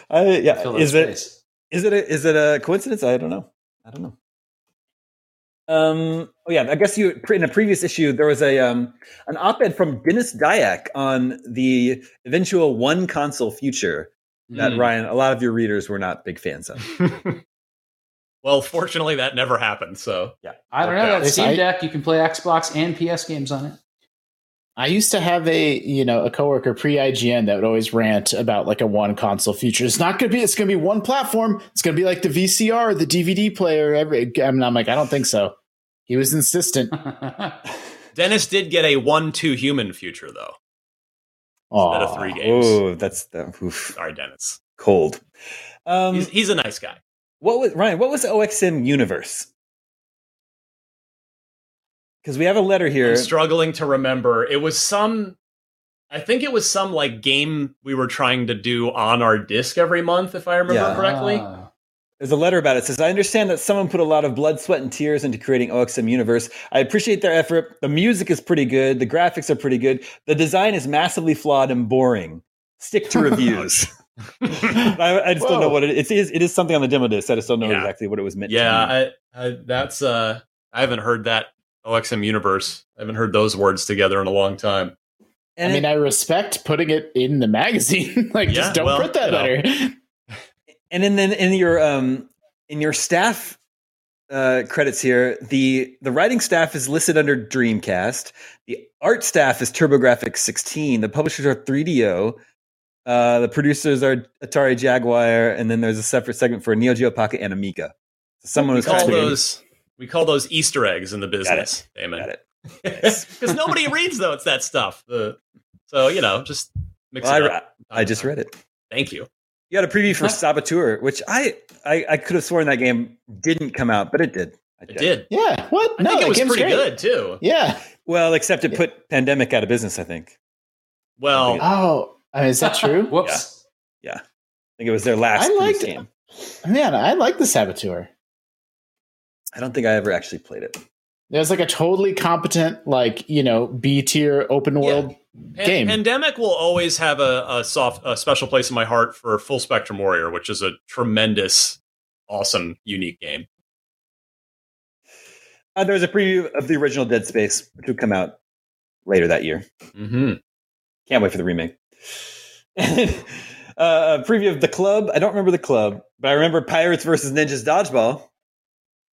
Speaker 1: I, yeah,
Speaker 2: Fill that
Speaker 1: is it
Speaker 2: space.
Speaker 1: is it a, is it a coincidence? I don't know. I don't know. Um. Oh yeah. I guess you in a previous issue there was a um an op-ed from Dennis Dyack on the eventual one console future that
Speaker 2: Mm.
Speaker 1: Ryan. A lot of your readers were not big fans of.
Speaker 3: well, fortunately, that never happened. So
Speaker 2: I don't know.
Speaker 3: Okay.
Speaker 2: That Steam
Speaker 4: I-
Speaker 2: Deck, you can play Xbox and PS games on it.
Speaker 4: I used to have a you know a coworker pre IGN that would always rant about like a one console future. It's not going to be. It's going to be one platform. It's going to be like the VCR, the DVD player. Every I'm, I'm like, I don't think so. He was insistent.
Speaker 3: Dennis did get a one-two human future though.
Speaker 4: Aw.
Speaker 3: out of three games.
Speaker 1: Oh, that's the oof,
Speaker 3: Sorry, Dennis.
Speaker 1: cold. Um,
Speaker 3: he's, he's a nice guy.
Speaker 1: What was Ryan? What was OXM Universe? Because we have a letter here.
Speaker 3: I'm struggling to remember. It was some. I think it was some like game we were trying to do on our disc every month, if I remember
Speaker 1: Yeah.
Speaker 3: correctly.
Speaker 2: Ah.
Speaker 1: There's a letter about it. it. Says I understand that someone put a lot of blood, sweat, and tears into creating OXM Universe. I appreciate their effort. The music is pretty good. The graphics are pretty good. The design is massively flawed and boring. Stick to reviews. Ah. I, I just don't know
Speaker 4: Whoa.
Speaker 1: what it is. It is, it is something on the demo disc. I just don't know
Speaker 3: Yeah.
Speaker 1: exactly what it was meant. to
Speaker 3: yeah, I, I, that's. uh I haven't heard that OXM universe. I haven't heard those words together in a long time.
Speaker 1: be.
Speaker 4: I
Speaker 1: And it-
Speaker 4: mean, I respect putting it in the magazine. like,
Speaker 3: Yeah,
Speaker 4: just don't
Speaker 3: well,
Speaker 4: print that
Speaker 3: you know.
Speaker 4: letter.
Speaker 1: and then then in your um in your staff uh credits here the the writing staff is listed under dreamcast the art staff is turbografx 16 the publishers are 3do uh the producers are atari jaguar and then there's a separate segment for neo geo pocket and amiga so someone
Speaker 3: We
Speaker 1: was
Speaker 3: call
Speaker 1: trying to
Speaker 3: those we call those Easter eggs in the business,
Speaker 1: Got
Speaker 3: Damon.
Speaker 1: it.
Speaker 3: Because nobody reads though. It's that stuff. The, so you know, just mix
Speaker 1: Well,
Speaker 3: it
Speaker 1: I,
Speaker 3: up. Uh,
Speaker 1: I just read it
Speaker 3: Thank you.
Speaker 1: you had a preview for
Speaker 2: Huh?
Speaker 1: saboteur which I, I i could have sworn that game didn't come out but it did I
Speaker 3: It
Speaker 1: checked.
Speaker 3: did.
Speaker 4: Yeah. What?
Speaker 3: I
Speaker 4: no,
Speaker 3: think
Speaker 4: that
Speaker 3: it was
Speaker 4: game's
Speaker 3: pretty
Speaker 4: great.
Speaker 3: good too.
Speaker 4: Yeah.
Speaker 1: well except it
Speaker 4: Yeah.
Speaker 1: put pandemic out of business i think
Speaker 3: Well,
Speaker 4: Oh, I mean, is that true?
Speaker 2: Whoops.
Speaker 1: I think it was their last
Speaker 4: I liked
Speaker 1: produced
Speaker 4: it.
Speaker 1: game.
Speaker 4: Man, I like the Saboteur.
Speaker 1: I don't think I ever actually played it.
Speaker 4: There's like a totally competent, like you know, B tier open world
Speaker 3: Pan-
Speaker 4: game.
Speaker 3: Pandemic will always have a, a soft, a special place in my heart for Full Spectrum Warrior, which is a tremendous, awesome, unique game.
Speaker 1: Uh, there was a preview of the original Dead Space, which would come out later that year.
Speaker 3: Mm-hmm.
Speaker 1: Can't wait for the remake. uh, a preview of the club. I don't remember the club, but I remember Pirates versus Ninjas Dodgeball,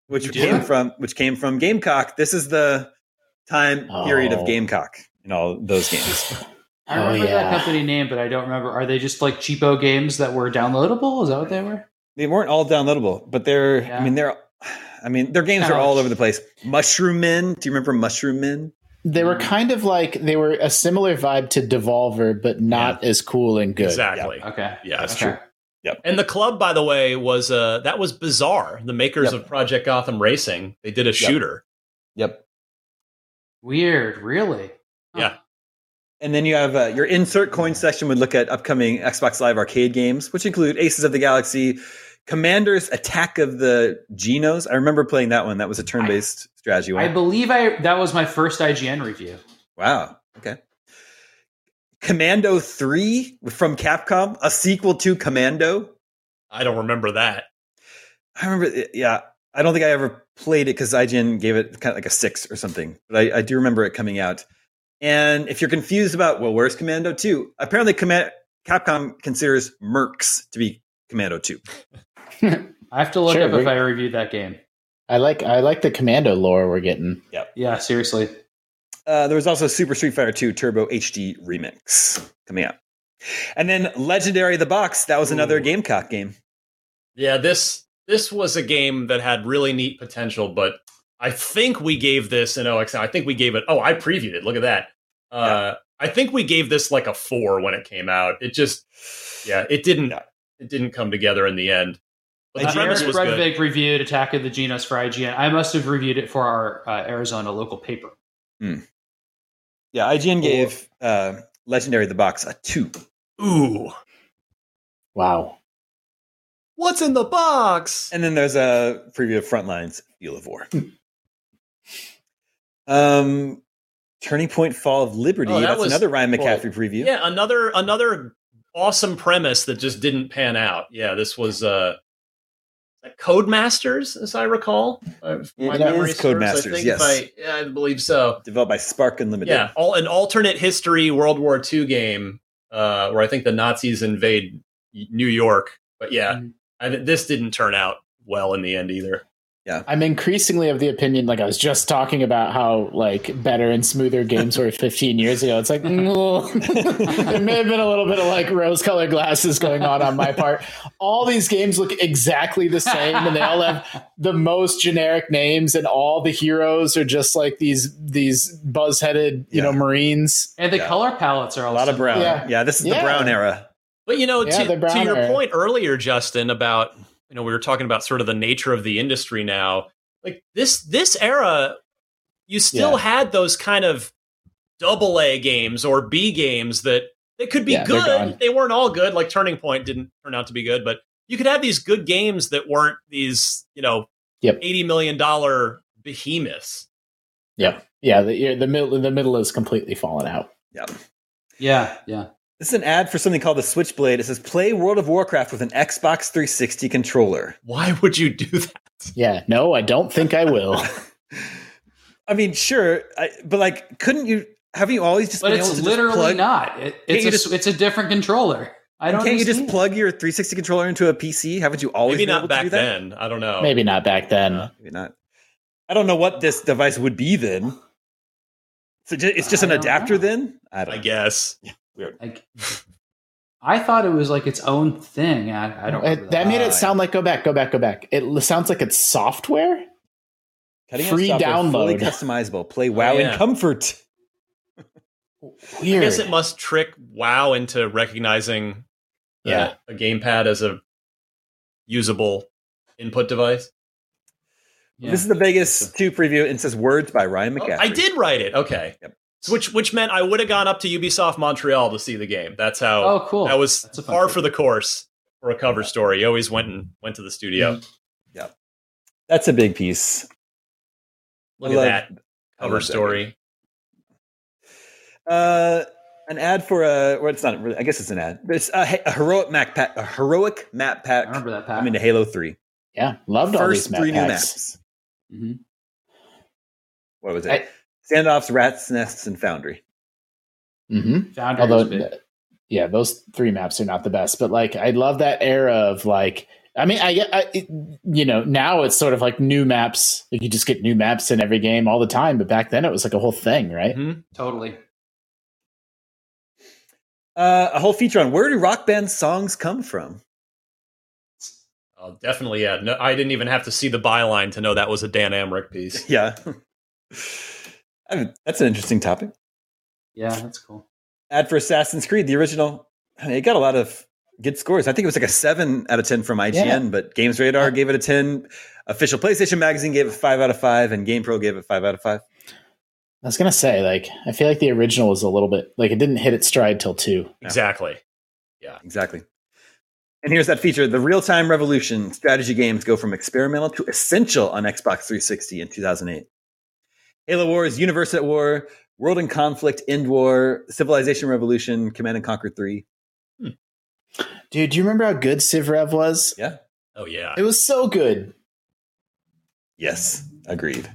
Speaker 1: which
Speaker 2: You do?
Speaker 1: came from which came from Gamecock. This is the time period
Speaker 4: Oh.
Speaker 1: of Gamecock in all those games.
Speaker 2: I
Speaker 4: Oh,
Speaker 2: remember
Speaker 4: yeah.
Speaker 2: that company name, but I don't remember. Are they just like cheapo games that were downloadable? Is that what they were?
Speaker 1: They weren't all downloadable, but they're. I
Speaker 2: Yeah.
Speaker 1: mean, they're. I mean, their games are all
Speaker 2: Ouch.
Speaker 1: over the place. Mushroom Men. Do you remember Mushroom Men?
Speaker 4: They were kind of like they were a similar vibe to Devolver, but not as cool and good.
Speaker 3: Exactly.
Speaker 2: Okay.
Speaker 3: Yeah, that's
Speaker 2: Okay.
Speaker 3: true. And the club, by the way, was uh that was bizarre. The makers
Speaker 1: Yep.
Speaker 3: of Project Gotham Racing, they did a shooter.
Speaker 1: Yep.
Speaker 2: Weird. Really.
Speaker 1: And then you have uh, your insert coin section would look at upcoming Xbox Live arcade games, which include Aces of the Galaxy, Commander's Attack of the Genos. I remember playing that one. That was a turn-based strategy
Speaker 2: I
Speaker 1: one.
Speaker 2: believe I that was my first IGN review.
Speaker 1: wow. Okay. Commando 3 from Capcom, a sequel to Commando.
Speaker 3: I don't remember that.
Speaker 1: I remember, it- yeah. I don't think I ever played it because IGN gave it kind of like a six or something, but I, I do remember it coming out. And if you're confused about, well, where's Commando 2? Apparently, Command- Capcom considers Mercs to be Commando 2.
Speaker 2: I have to look
Speaker 4: Sure,
Speaker 2: up if
Speaker 4: we-
Speaker 2: I reviewed that game.
Speaker 4: I like I like the commando lore we're getting.
Speaker 2: Yeah, seriously.
Speaker 1: Uh, there was also Super Street Fighter 2 Turbo HD Remix coming out. And then Legendary the Box, that was another
Speaker 2: Ooh.
Speaker 1: Gamecock game.
Speaker 3: Yeah, this this was a game that had really neat potential, but I think we gave this an OX. I think we gave it. Oh, I previewed it. Look at that. Uh, I think we gave this like a four when it came out. It just, yeah, it didn't. It didn't come together in the end. But the
Speaker 1: And
Speaker 3: premise
Speaker 2: Eric
Speaker 3: was good.
Speaker 2: Brevik reviewed Attack of the Genos for IGN. I must have reviewed it for our uh, Arizona local paper.
Speaker 1: Yeah, IGN gave uh, Legendary the Box a 2.
Speaker 3: Ooh,
Speaker 4: Wow.
Speaker 3: what's in the box?
Speaker 1: And then there's a preview of Frontlines, Feel of War. um, Turning Point Fall of Liberty.
Speaker 3: Oh, that
Speaker 1: That's
Speaker 3: was-
Speaker 1: another Ryan
Speaker 3: well,
Speaker 1: McCaffrey preview.
Speaker 3: Yeah, another another awesome premise that just didn't pan out. Yeah, this was uh Codemasters, as I recall. Uh, if
Speaker 1: It
Speaker 3: my
Speaker 1: is
Speaker 3: memory serves, I
Speaker 1: Codemasters,
Speaker 3: think,
Speaker 1: yes.
Speaker 3: I, yeah, I believe so.
Speaker 1: Developed by Spark Unlimited.
Speaker 3: Yeah, all an alternate history World War II game uh, where I think the Nazis invade New York. But yeah,
Speaker 2: Mhm.
Speaker 3: I, this didn't turn out well in the end either.
Speaker 4: I'm increasingly of the opinion, like I was just talking about how like better and smoother games were 15 years ago. It's like no. there may have been a little bit of like rose-colored glasses going on on my part. All these games look exactly the same, and they all have the most generic names, and all the heroes are just like these these buzz-headed you know
Speaker 1: Yeah.
Speaker 4: Marines.
Speaker 2: And the
Speaker 1: Yeah.
Speaker 2: color palettes are
Speaker 1: A lot of brown.
Speaker 4: Yeah.
Speaker 1: Yeah, this is the
Speaker 4: Yeah.
Speaker 1: brown era.
Speaker 3: But you know,
Speaker 4: Yeah,
Speaker 3: to,
Speaker 4: the brown
Speaker 3: to your
Speaker 4: area.
Speaker 3: point earlier, Justin, about you know, we were talking about sort of the nature of the industry now. Like this this era, you still
Speaker 4: Yeah.
Speaker 3: had those kind of double A games or B games that they could be
Speaker 4: Yeah, they're gone.
Speaker 3: good. They weren't all good. Like Turning Point didn't turn out to be good, but you could have these good games that weren't these, you know,
Speaker 4: Yep.
Speaker 3: eighty million dollar behemoths.
Speaker 4: Yeah, the you're- the middle the middle is completely fallen out.
Speaker 2: Yeah, yeah.
Speaker 1: This is an ad for something called the Switchblade. It says play World of Warcraft with an Xbox 360 controller.
Speaker 3: Why would you do that?
Speaker 4: Yeah, no, I don't think I will.
Speaker 1: I mean, sure, I, but like, couldn't you? Haven't you always just?
Speaker 2: But
Speaker 1: been able
Speaker 2: it's
Speaker 1: to
Speaker 2: literally
Speaker 1: just plug,
Speaker 2: not. It,
Speaker 1: Can't
Speaker 2: it's
Speaker 1: you
Speaker 2: a,
Speaker 1: just-
Speaker 2: it's a different controller. I don't.
Speaker 1: Can't you just
Speaker 2: understand.
Speaker 1: plug your 360 controller into a PC? Haven't you always
Speaker 3: Maybe
Speaker 1: been
Speaker 3: not
Speaker 1: able
Speaker 3: back
Speaker 1: to do that?
Speaker 3: then. I don't know.
Speaker 4: Maybe not back then.
Speaker 1: Maybe not. I don't know what this device would be then. So ju- it's just
Speaker 2: I
Speaker 1: an
Speaker 2: don't
Speaker 1: adapter
Speaker 2: know.
Speaker 1: then. I don't.
Speaker 3: I guess.
Speaker 2: Like, I thought it was like its own thing. I, I don't.
Speaker 4: It-
Speaker 2: remember
Speaker 4: Uh, that made
Speaker 1: Ah,
Speaker 4: it sound like go back, go back, go back. It l- sounds like it's software.
Speaker 1: Cutting edge
Speaker 4: Free
Speaker 1: software, fully
Speaker 4: download.
Speaker 1: customizable. Play WoW
Speaker 3: yeah.
Speaker 1: in comfort.
Speaker 4: Weird.
Speaker 3: I guess it must trick WoW into recognizing uh,
Speaker 4: Yeah.
Speaker 3: a gamepad as a usable input device.
Speaker 2: Yeah.
Speaker 1: This is the Vegas two preview and it says words by Ryan
Speaker 3: Oh,
Speaker 1: McCaffrey.
Speaker 3: I did write it. Okay.
Speaker 1: Yep.
Speaker 3: Which which meant I would have gone up to Ubisoft Montreal to see the game. That's how
Speaker 2: Oh, cool.
Speaker 3: that was
Speaker 2: That's a fun
Speaker 3: par
Speaker 2: thing.
Speaker 3: for the course for a cover story. You always went and went to the studio.
Speaker 2: Mm-hmm.
Speaker 1: That's a big piece.
Speaker 3: Look
Speaker 1: I
Speaker 3: at
Speaker 1: love-
Speaker 3: that
Speaker 1: I
Speaker 3: cover
Speaker 1: love that
Speaker 3: story.
Speaker 1: Uh, an ad for a. Well, it's not. Really, I guess it's an ad. But it's a, he- a heroic map pack. A heroic map
Speaker 2: I
Speaker 1: pack.
Speaker 2: remember that pack.
Speaker 1: I'm into Halo Three.
Speaker 4: Yeah, loved all these
Speaker 1: First
Speaker 4: map
Speaker 1: three new
Speaker 4: packs.
Speaker 1: maps.
Speaker 2: Mhm.
Speaker 1: What was it?
Speaker 4: I-
Speaker 1: Standoffs, Rat's Nests, and Foundry.
Speaker 4: hmm
Speaker 2: Foundry
Speaker 4: although
Speaker 2: is big.
Speaker 4: th- yeah those three maps are not the best but like i love that era of like i mean i, I it, you know now it's sort of like new maps like you just get new maps in every game all the time but back then it was like a whole thing right
Speaker 2: Totally.
Speaker 1: Uh, a whole feature on where do rock band songs come from?
Speaker 3: Oh, definitely, yeah. No, I didn't even have to see the byline to know that was a Dan Amric piece.
Speaker 1: Yeah. I mean, that's an interesting topic.
Speaker 2: Yeah, that's cool.
Speaker 1: Ad for Assassin's Creed, the original, I mean, it got a lot of good scores. I think it was like a 7 out of 10 from IGN,
Speaker 4: Yeah.
Speaker 1: but Games Radar gave it a 10. Official PlayStation Magazine gave it 5 out of 5, and GamePro gave it 5 out of 5.
Speaker 4: i was gonna say like i feel like the original was a little bit like it didn't hit its stride till two
Speaker 3: Exactly.
Speaker 1: Exactly. And here's that feature the real time revolution strategy games go from experimental to essential on Xbox 360 in 2008. Halo Wars, Universe at War, World in Conflict, End War, Civilization Revolution, Command and Conquer 3.
Speaker 4: dude do you remember how good civrev was
Speaker 3: Oh yeah.
Speaker 4: it was so good
Speaker 1: Yes, agreed.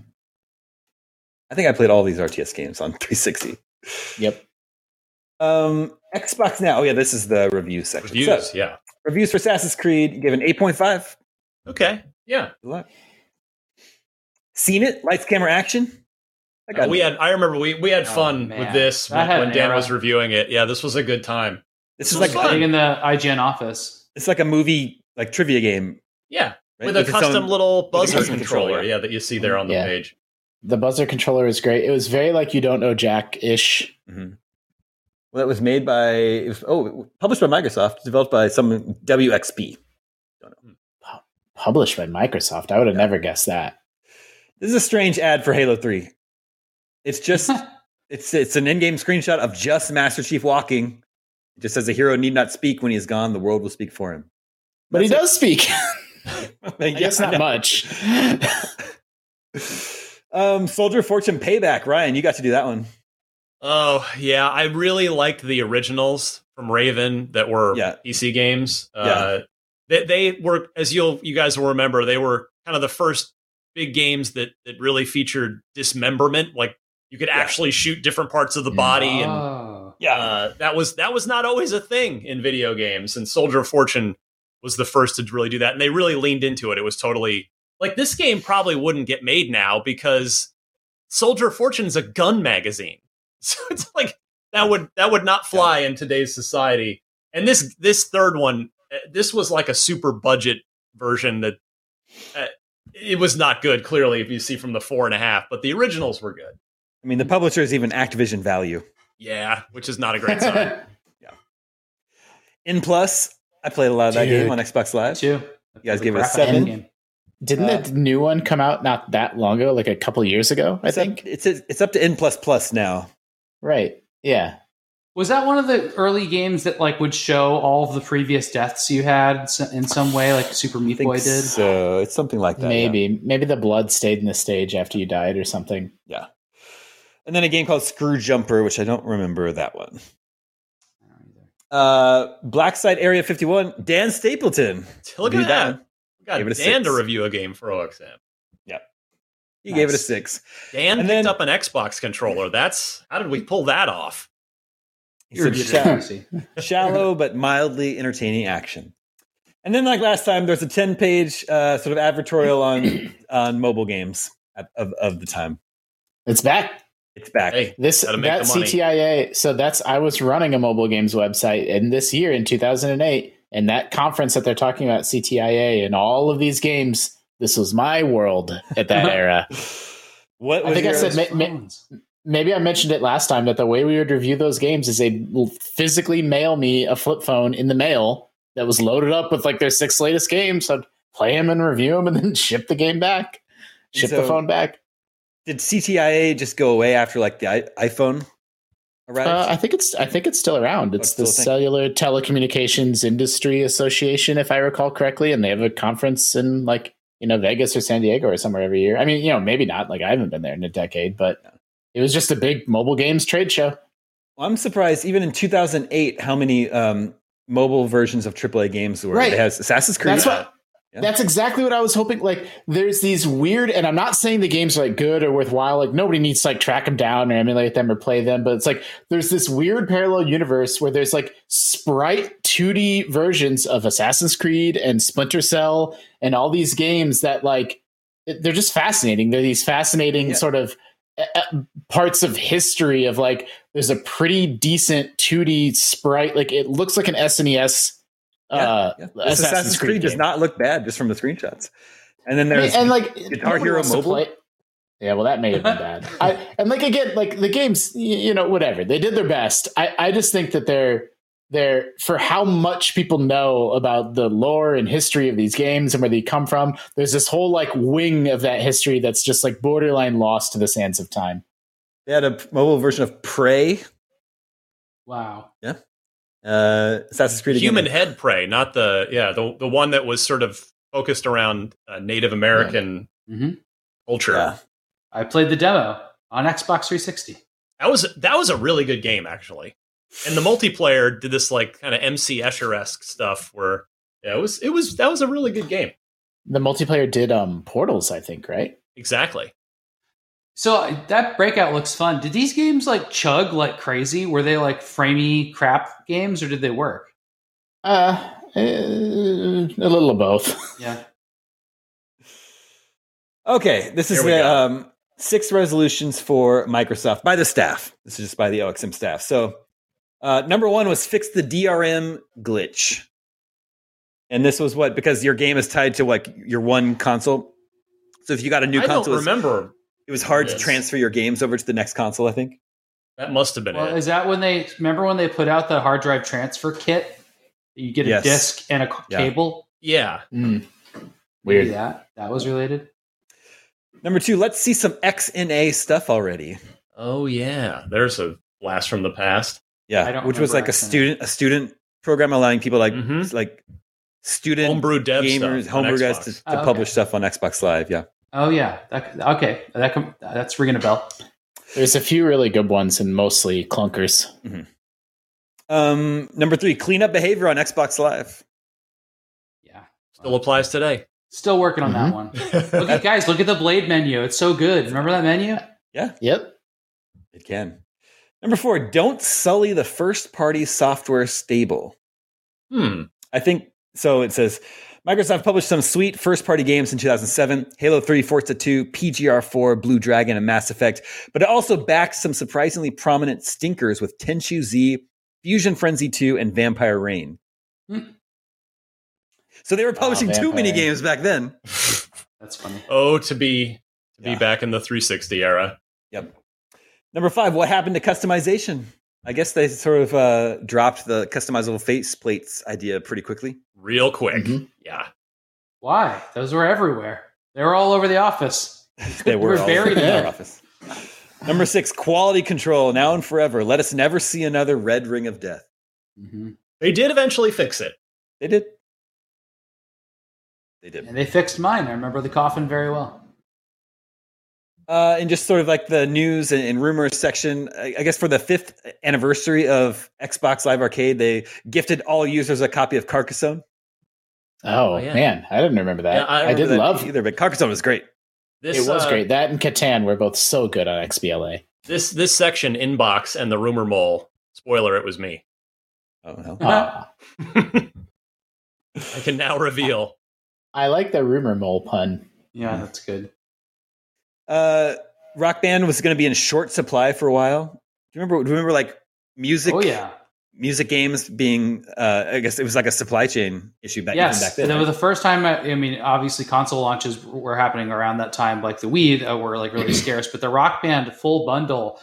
Speaker 1: I think I played all these RTS games on 360.
Speaker 4: yep
Speaker 1: Um, Xbox Now. Oh, yeah, this is the review section. So,
Speaker 3: Reviews, yeah.
Speaker 1: reviews for Assassin's Creed you gave an 8.5.
Speaker 3: Okay. Yeah.
Speaker 1: Good luck. Seen it? Lights, camera, action. I
Speaker 3: Uh, we
Speaker 1: it.
Speaker 3: had I remember we we had
Speaker 2: Oh,
Speaker 3: fun
Speaker 2: man.
Speaker 3: with this
Speaker 2: I
Speaker 3: when,
Speaker 2: had
Speaker 3: when
Speaker 2: an
Speaker 3: Dan
Speaker 2: era.
Speaker 3: was reviewing it. Yeah, this was a good time.
Speaker 1: this
Speaker 3: this
Speaker 1: is
Speaker 3: was
Speaker 1: like
Speaker 3: fun.
Speaker 2: Sitting in the IGN office.
Speaker 1: it's like a movie like trivia game
Speaker 3: Yeah.
Speaker 1: right?
Speaker 3: With a
Speaker 1: its
Speaker 3: custom
Speaker 1: own-
Speaker 3: little
Speaker 1: a
Speaker 3: buzzer
Speaker 1: custom controller,
Speaker 3: controller,
Speaker 1: yeah.
Speaker 3: yeah, that you see there on the
Speaker 4: Yeah.
Speaker 3: page.
Speaker 4: the buzzer controller was great it was very like you don't know jack ish
Speaker 1: Mhm. Well, it was made by it was, oh published by Microsoft, developed by some WXP.
Speaker 4: published by microsoft i would have never guessed that
Speaker 1: This is a strange ad for Halo Three. It's just it's it's an in-game screenshot of just Master Chief walking. It just says the hero need not speak when he is gone; the world will speak for him.
Speaker 4: but he
Speaker 1: That's
Speaker 4: does speak
Speaker 1: it. Yeah,
Speaker 4: i guess
Speaker 1: I
Speaker 4: not
Speaker 1: know.
Speaker 4: much
Speaker 1: Um, Soldier Fortune Payback, Ryan, you got to do that one.
Speaker 3: Oh yeah, I really liked the originals from Raven that were
Speaker 1: Yeah.
Speaker 3: PC games. Uh, they, they were, as you'll you guys will remember, they were kind of the first big games that that really featured dismemberment. Like you could
Speaker 1: Yeah.
Speaker 3: actually shoot different parts of
Speaker 2: Mm.
Speaker 3: the body, and
Speaker 2: Oh.
Speaker 3: uh, that was that was not always a thing in video games. And Soldier of Fortune was the first to really do that, and they really leaned into it. It was totally like this game probably wouldn't get made now because Soldier of Fortune's a gun magazine, so it's like that would that would not fly in today's society. And this this third one, uh, this was like a super budget version that. Uh, it was not good, clearly, if you see from the four and a half, but the originals were good.
Speaker 1: I mean, the publisher is even Activision Value.
Speaker 3: Yeah, which is not a great sign.
Speaker 1: In plus, I played a lot of that
Speaker 4: Dude.
Speaker 1: game on Xbox Live.
Speaker 2: Two.
Speaker 1: You guys gave it a
Speaker 2: Crap out of that
Speaker 4: seven?
Speaker 2: game.
Speaker 4: Didn't
Speaker 1: Uh,
Speaker 4: that new one come out not that long ago, like a couple years ago? I
Speaker 1: It's up-
Speaker 4: think.
Speaker 1: it's it's up to N plus plus now.
Speaker 4: Right. Yeah.
Speaker 2: Was that one of the early games that like would show all of the previous deaths you had in some- in some way, like Super
Speaker 1: I
Speaker 2: Meat
Speaker 1: think
Speaker 2: Boy did?
Speaker 1: so. It's something like that.
Speaker 4: Maybe. Maybe the blood stayed in the stage after you died or something.
Speaker 1: yeah. And then a game called Screw Jumper, which I don't remember that one. Uh, Blackside Area 51, Dan Stapleton.
Speaker 3: Look
Speaker 1: Reviewed
Speaker 3: at that.
Speaker 1: one.
Speaker 3: We got
Speaker 1: Give it a
Speaker 3: Dan to
Speaker 1: six.
Speaker 3: review a game for OXM.
Speaker 1: He gave it a
Speaker 4: Nice.
Speaker 1: six.
Speaker 3: Dan
Speaker 1: And
Speaker 3: picked
Speaker 1: then-
Speaker 3: up an Xbox controller. That's how did we pull that off?
Speaker 1: He said,
Speaker 2: You're-
Speaker 1: "Sha-
Speaker 2: See.
Speaker 1: shallow but mildly entertaining action. And then, like last time, there's a 10 page uh, sort of advertorial on on mobile games at, of, of the time.
Speaker 4: It's back.
Speaker 1: It's back.
Speaker 3: Hey,
Speaker 4: This
Speaker 3: Gotta
Speaker 4: that
Speaker 3: make the money.
Speaker 4: CTIA. So that's I was running a mobile games website, and this year in 2008, and that conference that they're talking about CTIA and all of these games. This was my world at that era.
Speaker 1: What
Speaker 4: I
Speaker 1: was
Speaker 4: think I
Speaker 1: your-
Speaker 4: said ma- ma-
Speaker 2: Phones.
Speaker 4: Maybe I mentioned it last time that the way we would review those games is they'd l- physically mail me a flip phone in the mail that was loaded up with like their six latest games. So I'd play them and review them and then ship the game back, ship
Speaker 1: So-
Speaker 4: the phone back.
Speaker 1: did CTIA just go away after like the I- iPhone arrived?
Speaker 4: Uh, I think it's I think it's still around. It's
Speaker 1: still
Speaker 4: the
Speaker 1: a thing.
Speaker 4: Cellular Telecommunications Industry Association, if I recall correctly, and they have a conference in like you know Vegas or San Diego or somewhere every year. I mean, you know, maybe not. Like I haven't been there in a decade, but it was just a big mobile games trade show.
Speaker 1: Well, I'm surprised even in 2008 how many um, mobile versions of AAA games there were.
Speaker 4: Right.
Speaker 1: It has Assassin's Creed.
Speaker 4: That's what
Speaker 1: Yeah.
Speaker 4: That's exactly what I was hoping. Like, there's these weird, and I'm not saying the games are like good or worthwhile. Like, nobody needs to like track them down or emulate them or play them. But it's like there's this weird parallel universe where there's like sprite 2D versions of Assassin's Creed and Splinter Cell and all these games that like they're just fascinating. They're these fascinating
Speaker 1: Yeah.
Speaker 4: sort of uh, uh, parts of history of like there's a pretty decent 2D sprite. Like, it looks like an SNES. Uh,
Speaker 1: Yeah. This Assassin's, Creed, does
Speaker 4: game.
Speaker 1: not look bad just from the screenshots. And then
Speaker 4: I mean,
Speaker 1: there's
Speaker 4: and like
Speaker 1: Guitar
Speaker 4: nobody
Speaker 1: Hero
Speaker 4: wants to
Speaker 1: Mobile?
Speaker 4: play- Yeah, well, that may have been bad. I, and like again, like the games, y- you know, whatever they did their best. I, I just think that they're they're for how much people know about the lore and history of these games and where they come from. There's this whole like wing of that history that's just like borderline lost to the sands of time.
Speaker 1: they had a mobile version of Prey,
Speaker 2: Wow.
Speaker 1: uh, Assassin's Creed. again.
Speaker 3: Human head prey, not the yeah the the one that was sort of focused around uh, Native American
Speaker 1: Mm-hmm.
Speaker 2: Mhm.
Speaker 3: culture.
Speaker 1: Yeah.
Speaker 2: I played the demo on Xbox 360.
Speaker 3: That was that was a really good game actually, and the multiplayer did this like kind of MC Escher esque stuff where yeah, it was it was that was a really good game.
Speaker 4: The multiplayer did um portals, I think, right?
Speaker 3: Exactly.
Speaker 2: So uh, that breakout looks fun. Did these games like chug like crazy? Were they like framey crap games or did they work?
Speaker 4: Uh, eh, a little of both.
Speaker 2: Yeah.
Speaker 1: Okay, this is
Speaker 3: Here we
Speaker 1: the
Speaker 3: go.
Speaker 1: um, six resolutions for Microsoft by the staff. This is just by the OXM staff. So, uh, number one was fix the DRM glitch, and this was what because your game is tied to like your one console. So if you got a new
Speaker 3: I
Speaker 1: console,
Speaker 3: don't
Speaker 1: it's-
Speaker 3: remember.
Speaker 1: it was hard to
Speaker 3: this.
Speaker 1: transfer your games over to the next console. I think.
Speaker 3: That must have been
Speaker 2: Well,
Speaker 3: it.
Speaker 2: is that when they remember when they put out the hard drive transfer kit? You get a
Speaker 1: Yes.
Speaker 2: disc and a c-
Speaker 1: Yeah.
Speaker 2: cable.
Speaker 3: Yeah.
Speaker 4: Mm.
Speaker 2: Maybe
Speaker 4: Weird.
Speaker 2: That that was related.
Speaker 1: Number two, let's see some XNA stuff already.
Speaker 3: Oh yeah. There's a blast from the past.
Speaker 1: Yeah,
Speaker 2: I don't
Speaker 1: which was
Speaker 2: remember
Speaker 1: like a
Speaker 2: XNA.
Speaker 1: student a student program allowing people like
Speaker 3: Mhm.
Speaker 1: like student
Speaker 3: Homebrew dev
Speaker 1: gamers
Speaker 3: stuff. on
Speaker 1: homebrew guys
Speaker 3: Xbox.
Speaker 1: to, to
Speaker 2: Oh, okay.
Speaker 1: publish stuff on Xbox Live. Yeah.
Speaker 2: Oh yeah. That, okay. That com- that's ringing a bell.
Speaker 4: There's a few really good ones and mostly clunkers.
Speaker 1: Um, number three, clean up behavior on Xbox Live.
Speaker 2: Yeah.
Speaker 3: still applies today.
Speaker 2: Still working on that one. Look at guys, look at the blade menu. It's so good. Remember that menu?
Speaker 4: Yep.
Speaker 1: It can. Number four, don't sully the first party software stable.
Speaker 3: hmm.
Speaker 1: I think so. It says Microsoft published some sweet first party games in 2007 Halo 3, Forza 2, PGR 4, Blue Dragon, and Mass Effect, but it also backed some surprisingly prominent stinkers with Tenchu Z, Fusion Frenzy 2, and Vampire Rain.
Speaker 2: Hmm.
Speaker 1: So they were publishing too many
Speaker 4: Vampire Reign.
Speaker 1: games back then.
Speaker 2: That's funny.
Speaker 3: Oh, to be to
Speaker 1: Yeah.
Speaker 3: be back in the 360 era.
Speaker 1: Number five, what happened to customization? I guess they sort of uh, dropped the customizable face plates idea pretty quickly.
Speaker 3: Real quick.
Speaker 1: Mm-hmm.
Speaker 4: Mhm.
Speaker 3: Yeah.
Speaker 2: Why? Those were everywhere. They were all over the office.
Speaker 1: They were
Speaker 2: We're
Speaker 1: all
Speaker 2: buried
Speaker 1: in
Speaker 4: in
Speaker 1: our
Speaker 4: it.
Speaker 1: office. Number six, quality control now and forever. Let us never see another red ring of death.
Speaker 2: Mhm.
Speaker 3: They did eventually fix it.
Speaker 1: They did. They did.
Speaker 2: And they fixed mine. I remember the coffin very well.
Speaker 1: Uh, and just sort of like the news and, and rumors section, I, I guess for the fifth anniversary of Xbox Live Arcade, they gifted all users a copy of Carcassonne.
Speaker 4: Oh,
Speaker 3: Oh, yeah.
Speaker 4: man, I didn't remember that.
Speaker 3: Yeah, I
Speaker 4: I,
Speaker 3: remember
Speaker 4: did
Speaker 1: That
Speaker 4: love
Speaker 1: either, but Carcassonne was great.
Speaker 3: This
Speaker 4: it was
Speaker 3: uh,
Speaker 4: great. That and Catan were both so good on XBLA.
Speaker 3: This this section inbox and the rumor mole. Spoiler: It was me.
Speaker 1: Oh no.
Speaker 4: Aw.
Speaker 3: I can now reveal.
Speaker 4: I like the rumor mole pun.
Speaker 2: Yeah, that's good.
Speaker 1: uh, rock band was going to be in short supply for a while. Do you remember? Do you remember like music?
Speaker 2: Oh yeah.
Speaker 1: music games being. Uh, I guess it was like a supply chain issue back,
Speaker 2: yes.
Speaker 1: even back then.
Speaker 2: And it was the first time. I, I mean, obviously, console launches were happening around that time. Like the Wii uh, were like really scarce, but the Rock Band full bundle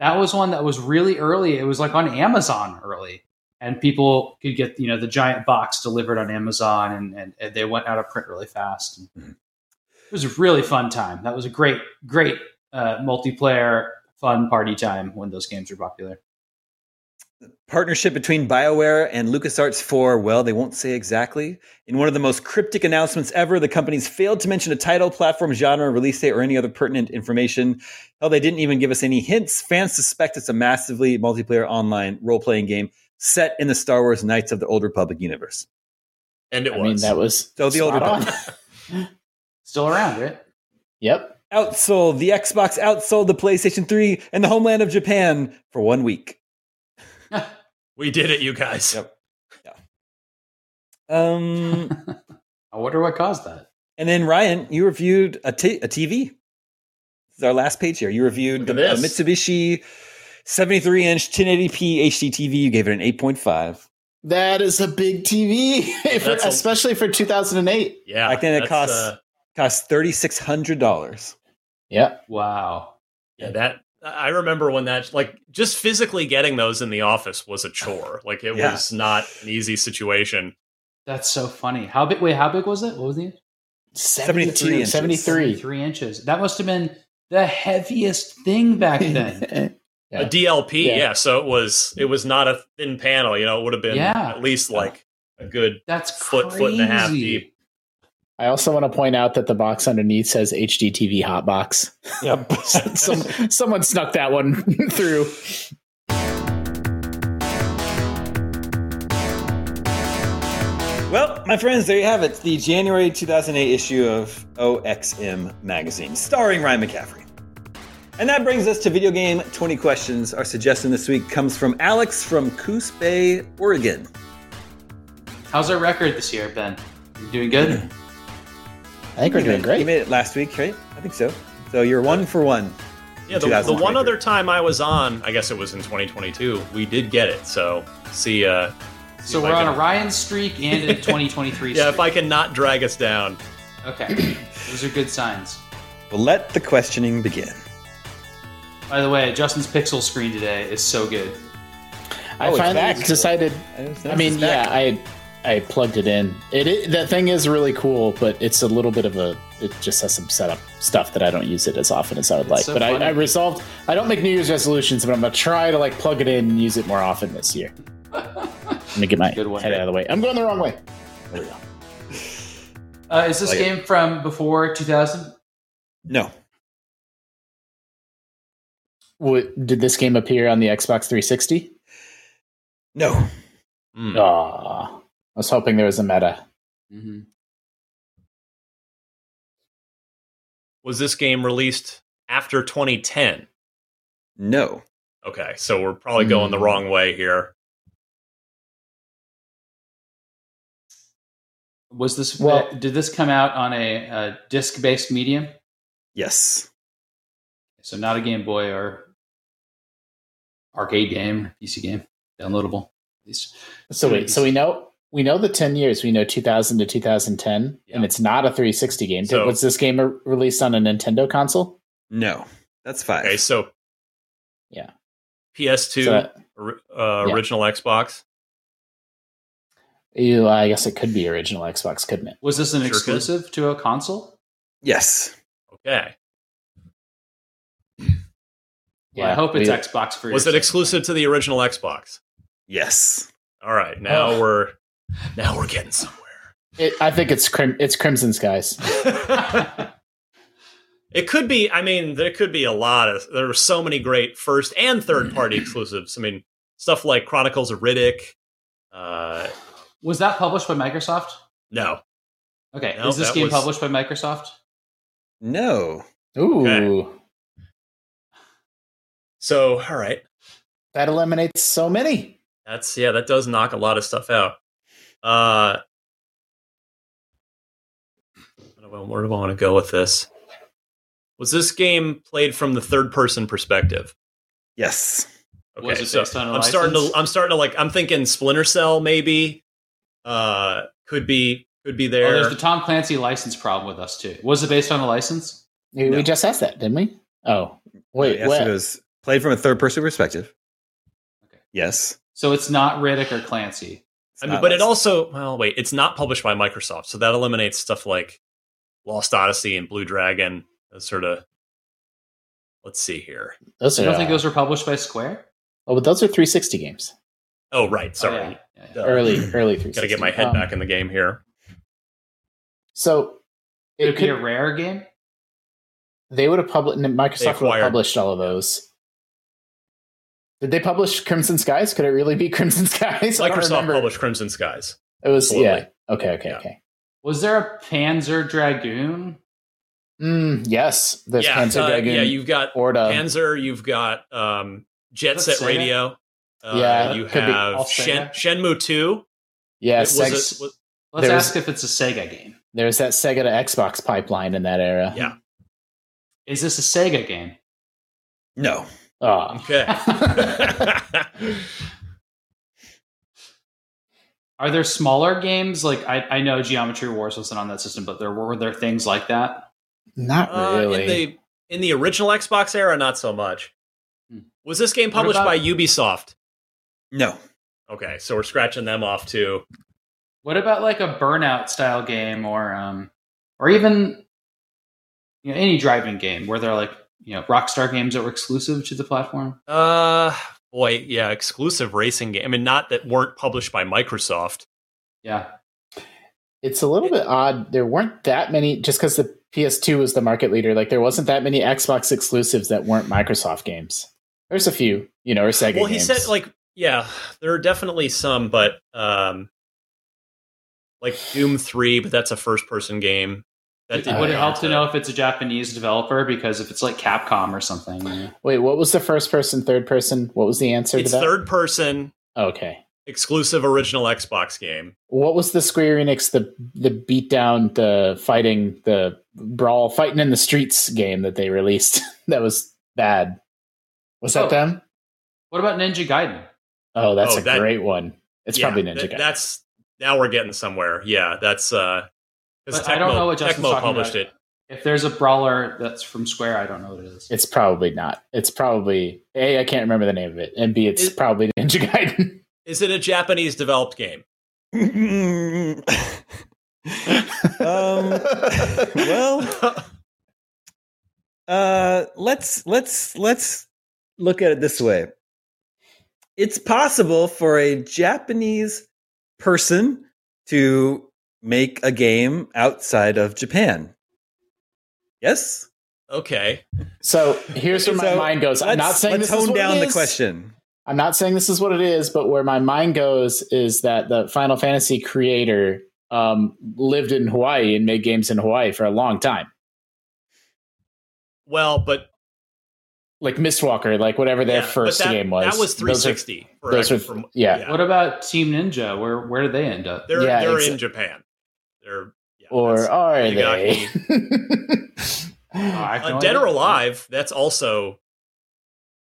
Speaker 2: that was one that was really early. It was like on Amazon early, and people could get you know the giant box delivered on Amazon, and and, and they went out of print really fast.
Speaker 1: Mhm.
Speaker 2: It was a really fun time. That was a great, great uh, multiplayer fun party time when those games were popular.
Speaker 1: Partnership between BioWare and LucasArts for well, they won't say exactly. In one of the most cryptic announcements ever, the companies failed to mention a title, platform, genre, release date, or any other pertinent information. Hell, they didn't even give us any hints. Fans suspect it's a massively multiplayer online role playing game set in the Star Wars Knights of the Old Republic universe.
Speaker 3: and it
Speaker 4: I
Speaker 3: was.
Speaker 4: mean, that was
Speaker 1: So the old
Speaker 4: spot on.
Speaker 1: Republic.
Speaker 2: Still around, right?
Speaker 4: Yep.
Speaker 1: Outsold the Xbox, outsold the PlayStation 3, and the homeland of Japan for one week.
Speaker 3: we did it, you guys.
Speaker 1: Yep. Um,
Speaker 2: I wonder what caused that.
Speaker 1: and then Ryan, you reviewed a, t- a TV. This is our last page here. You reviewed
Speaker 3: Look
Speaker 1: the
Speaker 3: at
Speaker 1: uh,
Speaker 3: this.
Speaker 1: Mitsubishi 73 inch 1080p HD TV. You gave it an 8.5.
Speaker 4: That is a big TV, for-
Speaker 3: That's a-
Speaker 4: especially for 2008.
Speaker 3: Yeah.
Speaker 1: Back then it
Speaker 3: that's,
Speaker 1: costs-
Speaker 3: uh,
Speaker 1: Costs $3,600.
Speaker 4: Yep.
Speaker 2: Wow.
Speaker 3: yeah, that I remember when that like just physically getting those in the office was a chore. Like it
Speaker 1: Yeah.
Speaker 3: was not an easy situation.
Speaker 2: That's so funny. How big? Wait, how big was it? What was the
Speaker 1: 73
Speaker 4: 73.
Speaker 1: inches.
Speaker 4: 73.
Speaker 2: Three inches. That must have been the heaviest thing back then.
Speaker 4: Yeah.
Speaker 3: A DLP,
Speaker 4: Yeah.
Speaker 3: yeah. So it was it was not a thin panel. You know, it would have been
Speaker 2: Yeah.
Speaker 3: at least like a good.
Speaker 2: That's
Speaker 3: Foot-
Speaker 2: crazy.
Speaker 3: foot and a half deep.
Speaker 4: I also want to point out that the box underneath says HDTV Hotbox.
Speaker 1: Yep.
Speaker 4: Some, someone snuck that one through.
Speaker 1: Well, my friends, there you have it. It's the January 2008 issue of OXM magazine, starring Ryan McCaffrey. And that brings us to video game 20 questions. Our suggestion this week comes from Alex from Coos Bay, Oregon.
Speaker 2: How's our record this year, Ben? You doing good?
Speaker 4: I think we're doing
Speaker 1: You
Speaker 4: great.
Speaker 1: made it last week, right? I think so. So you're one for one.
Speaker 3: Yeah, the, the one other time I was on, I guess it was in 2022. We did get it. So see, uh,
Speaker 2: So
Speaker 3: if
Speaker 2: we're
Speaker 3: I
Speaker 2: on
Speaker 3: can-
Speaker 2: a Ryan streak and a 2023
Speaker 3: yeah, if
Speaker 2: streak.
Speaker 3: I can not drag us down.
Speaker 2: Okay. Those are good signs.
Speaker 1: Well, let the questioning begin.
Speaker 2: By the way, Justin's pixel screen today is so good.
Speaker 4: I
Speaker 1: Oh, it's
Speaker 4: finally
Speaker 1: back.
Speaker 4: decided. I mean, yeah, I I plugged it in. It, it that thing is really cool, but it's a little bit of a. It just has some setup stuff that I don't use it as often as I would like.
Speaker 2: so
Speaker 4: but I,
Speaker 2: funny.
Speaker 4: I resolved. I don't make New Year's resolutions, but I'm gonna try to like plug it in and use it more often this year. Let me get my
Speaker 2: Good one.
Speaker 4: head out of the way. I'm going the wrong way. There we go.
Speaker 2: Uh, is this
Speaker 1: Like it.
Speaker 2: game from before 2000?
Speaker 1: No.
Speaker 4: What, did this game appear on the Xbox 360?
Speaker 1: No.
Speaker 3: Hmm.
Speaker 4: Ah, I was hoping there was a meta.
Speaker 2: Mm-hmm.
Speaker 3: Was this game released after 2010?
Speaker 1: No.
Speaker 3: Okay, so we're probably going the
Speaker 4: Hmm.
Speaker 3: wrong way here.
Speaker 2: Was this uh,
Speaker 4: Well-
Speaker 2: did this come out on a, uh disc-based medium?
Speaker 1: Yes.
Speaker 2: So not a Game Boy or arcade game, PC game, downloadable. At least
Speaker 4: So wait, so we know we know the ten years. We know 2000 to 2010,
Speaker 2: Yeah.
Speaker 4: and it's not a 360 game. Did-
Speaker 3: So-
Speaker 4: was this game re- released on a Nintendo console?
Speaker 1: No. That's five.
Speaker 3: Okay, so
Speaker 4: Yeah.
Speaker 3: PS2,
Speaker 4: So that-
Speaker 3: or- uh,
Speaker 4: Yeah.
Speaker 3: original Xbox.
Speaker 4: ew, I guess it could be original Xbox, couldn't it?
Speaker 2: was this an
Speaker 3: Sure could.
Speaker 2: exclusive to a console?
Speaker 1: Yes.
Speaker 3: Okay,
Speaker 2: Well, I hope it's
Speaker 4: we-
Speaker 2: Xbox for
Speaker 3: was it exclusive to the original Xbox?
Speaker 1: Yes.
Speaker 3: All right, now
Speaker 4: Oh.
Speaker 3: we're now we're getting somewhere.
Speaker 4: It, I think it's crim- it's Crimson Skies.
Speaker 3: It could be. I mean, there could be a lot of. There were so many great first and third party exclusives. I mean, stuff like Chronicles of Riddick. Uh,
Speaker 2: was that published by Microsoft?
Speaker 3: no,
Speaker 2: Okay.
Speaker 3: No,
Speaker 2: is this
Speaker 3: that
Speaker 2: game
Speaker 3: was-
Speaker 2: published by Microsoft?
Speaker 1: No.
Speaker 4: Ooh,
Speaker 3: so all right,
Speaker 4: that eliminates so many.
Speaker 3: that's yeah, that does knock a lot of stuff out. Uh, where do I- where do I want to go with this? Was this game played from the third person perspective?
Speaker 1: Yes.
Speaker 3: Okay,
Speaker 2: was it
Speaker 3: so
Speaker 2: based on a
Speaker 3: I'm starting to.
Speaker 2: license?
Speaker 3: I'm starting to like. I'm thinking Splinter Cell maybe. Uh, could be. Could be
Speaker 2: Oh,
Speaker 3: there.
Speaker 2: there's the Tom Clancy license problem with us too. Was it based on a license?
Speaker 4: We, we
Speaker 1: No.
Speaker 4: just asked that, didn't we? Oh, wait,
Speaker 1: Uh, yes,
Speaker 4: what?
Speaker 1: it was played from a third person perspective.
Speaker 2: Okay.
Speaker 1: Yes. Uh,
Speaker 2: So it's not Riddick or Clancy.
Speaker 1: It's
Speaker 3: I mean,
Speaker 1: not
Speaker 3: but it
Speaker 1: us.
Speaker 3: also well, wait, it's not published by Microsoft, so that eliminates stuff like Lost Odyssey and Blue Dragon. Those sort of. Let's see here.
Speaker 4: Those
Speaker 2: I
Speaker 4: are.
Speaker 2: don't think
Speaker 4: uh,
Speaker 2: those were published by Square.
Speaker 4: oh, but those are 360 games.
Speaker 3: Oh right, sorry.
Speaker 2: Oh, yeah. Yeah, yeah.
Speaker 3: Duh.
Speaker 4: Early, early 360.
Speaker 3: Gotta get my head
Speaker 4: Um,
Speaker 3: back in the game here.
Speaker 4: So
Speaker 2: Could
Speaker 4: it
Speaker 2: it be
Speaker 4: could
Speaker 2: a rare game?
Speaker 4: They would have published. Microsoft would
Speaker 3: acquired.
Speaker 4: have published all of those. Did they publish Crimson Skies? Could it really be Crimson Skies? I don't
Speaker 3: Microsoft
Speaker 4: remember.
Speaker 3: published Crimson Skies.
Speaker 4: It was
Speaker 3: Absolutely.
Speaker 4: yeah. Okay, okay,
Speaker 3: Yeah.
Speaker 4: okay.
Speaker 2: Was there a Panzer Dragoon?
Speaker 4: Mm, yes, there's
Speaker 3: yeah,
Speaker 4: Panzer
Speaker 3: uh,
Speaker 4: Dragoon.
Speaker 3: yeah,
Speaker 4: uh,
Speaker 3: you've got
Speaker 4: Orta.
Speaker 3: Panzer, you've got um, Jet
Speaker 2: Let's
Speaker 3: Set
Speaker 2: say
Speaker 3: Radio. Uh,
Speaker 4: Yeah,
Speaker 3: you
Speaker 4: could be-
Speaker 2: I'll
Speaker 3: have
Speaker 2: say
Speaker 3: Shen,
Speaker 2: that.
Speaker 3: Shenmue Two.
Speaker 4: yeah,
Speaker 3: It was a-
Speaker 4: Seg-
Speaker 3: was-
Speaker 2: Let's
Speaker 4: There's-
Speaker 2: ask if it's a Sega game.
Speaker 4: there's that Sega to Xbox pipeline in that era.
Speaker 3: Yeah.
Speaker 2: Is this a Sega game?
Speaker 1: No.
Speaker 4: Oh.
Speaker 3: okay.
Speaker 2: Are there smaller games like I, I know Geometry Wars wasn't on that system, but there were there things like that.
Speaker 4: Not
Speaker 3: Uh,
Speaker 4: really.
Speaker 3: in the in the original Xbox era, not so much.
Speaker 2: Hmm.
Speaker 3: Was this game
Speaker 2: What
Speaker 3: published
Speaker 2: about-
Speaker 3: by Ubisoft?
Speaker 1: No.
Speaker 3: Okay, so we're scratching them off too.
Speaker 2: What about like a Burnout style game or um or even you know any driving game where they're like you know Rockstar games that were exclusive to the platform?
Speaker 3: Uh, boy, yeah, exclusive racing game. I mean, not that weren't published by Microsoft.
Speaker 2: Yeah,
Speaker 4: it's a little bit odd. There weren't that many, just because the PS2 was the market leader. Like there wasn't that many Xbox exclusives that weren't Microsoft games. There's a few, you know, or Sega.
Speaker 3: well, he
Speaker 4: games.
Speaker 3: said like, yeah, there are definitely some, but um, like Doom Three, but that's a first-person game. That
Speaker 2: would
Speaker 3: didn't
Speaker 2: it
Speaker 3: count,
Speaker 2: help to
Speaker 3: uh,
Speaker 2: know if it's a Japanese developer? Because if it's like Capcom or something, you know.
Speaker 4: wait, what was the first person, third person? What was the answer
Speaker 3: It's
Speaker 4: to that?
Speaker 3: third-person
Speaker 4: Okay.
Speaker 3: exclusive original Xbox game.
Speaker 4: What was the Square Enix the the beatdown, the fighting, the brawl, fighting in the streets game that they released? that was bad. Was that
Speaker 2: Oh.
Speaker 4: them?
Speaker 2: what about Ninja Gaiden?
Speaker 4: Oh, that's
Speaker 3: Oh,
Speaker 4: a
Speaker 3: that-
Speaker 4: great one. It's
Speaker 3: Yeah,
Speaker 4: probably Ninja
Speaker 3: th-
Speaker 4: Gaiden.
Speaker 3: That's now we're getting somewhere. Yeah, that's uh, 'cause
Speaker 2: But I don't
Speaker 3: Tecmo-
Speaker 2: know what Justin's
Speaker 3: Tecmo
Speaker 2: talking
Speaker 3: published
Speaker 2: about.
Speaker 3: it.
Speaker 2: If there's a brawler that's from Square, I don't know what it is.
Speaker 4: It's probably not. It's probably A, I can't remember the name of it. And B, it's
Speaker 3: It-
Speaker 4: probably Ninja Gaiden.
Speaker 3: Is it a Japanese developed game?
Speaker 1: um, well, uh, let's let's let's look at it this way. It's possible for a Japanese person to make a game outside of Japan. Yes.
Speaker 3: okay.
Speaker 4: so here's where my
Speaker 1: So,
Speaker 4: mind goes. I'm
Speaker 1: Let's-
Speaker 4: not saying
Speaker 1: let's
Speaker 4: this is
Speaker 1: hone
Speaker 4: what
Speaker 1: down
Speaker 4: it
Speaker 1: the
Speaker 4: is.
Speaker 1: question.
Speaker 4: I'm not saying this is what it is, but where my mind goes is that the Final Fantasy creator um, lived in Hawaii and made games in Hawaii for a long time.
Speaker 3: Well, but
Speaker 4: Like Mistwalker, like whatever their
Speaker 3: yeah, but
Speaker 4: first
Speaker 3: that,
Speaker 4: game was.
Speaker 3: That was
Speaker 4: Those are-
Speaker 3: 360. for-
Speaker 4: Those are,
Speaker 3: for-
Speaker 4: yeah.
Speaker 2: What about Team Ninja? Where where do they end up?
Speaker 3: They're
Speaker 4: Yeah,
Speaker 3: they're
Speaker 4: exa-
Speaker 3: in Japan. They're yeah,
Speaker 4: Or
Speaker 3: that's-
Speaker 4: are they?
Speaker 3: Yagaki.
Speaker 2: Oh, I have no
Speaker 3: uh, Dead or
Speaker 2: idea.
Speaker 3: Alive. That's also.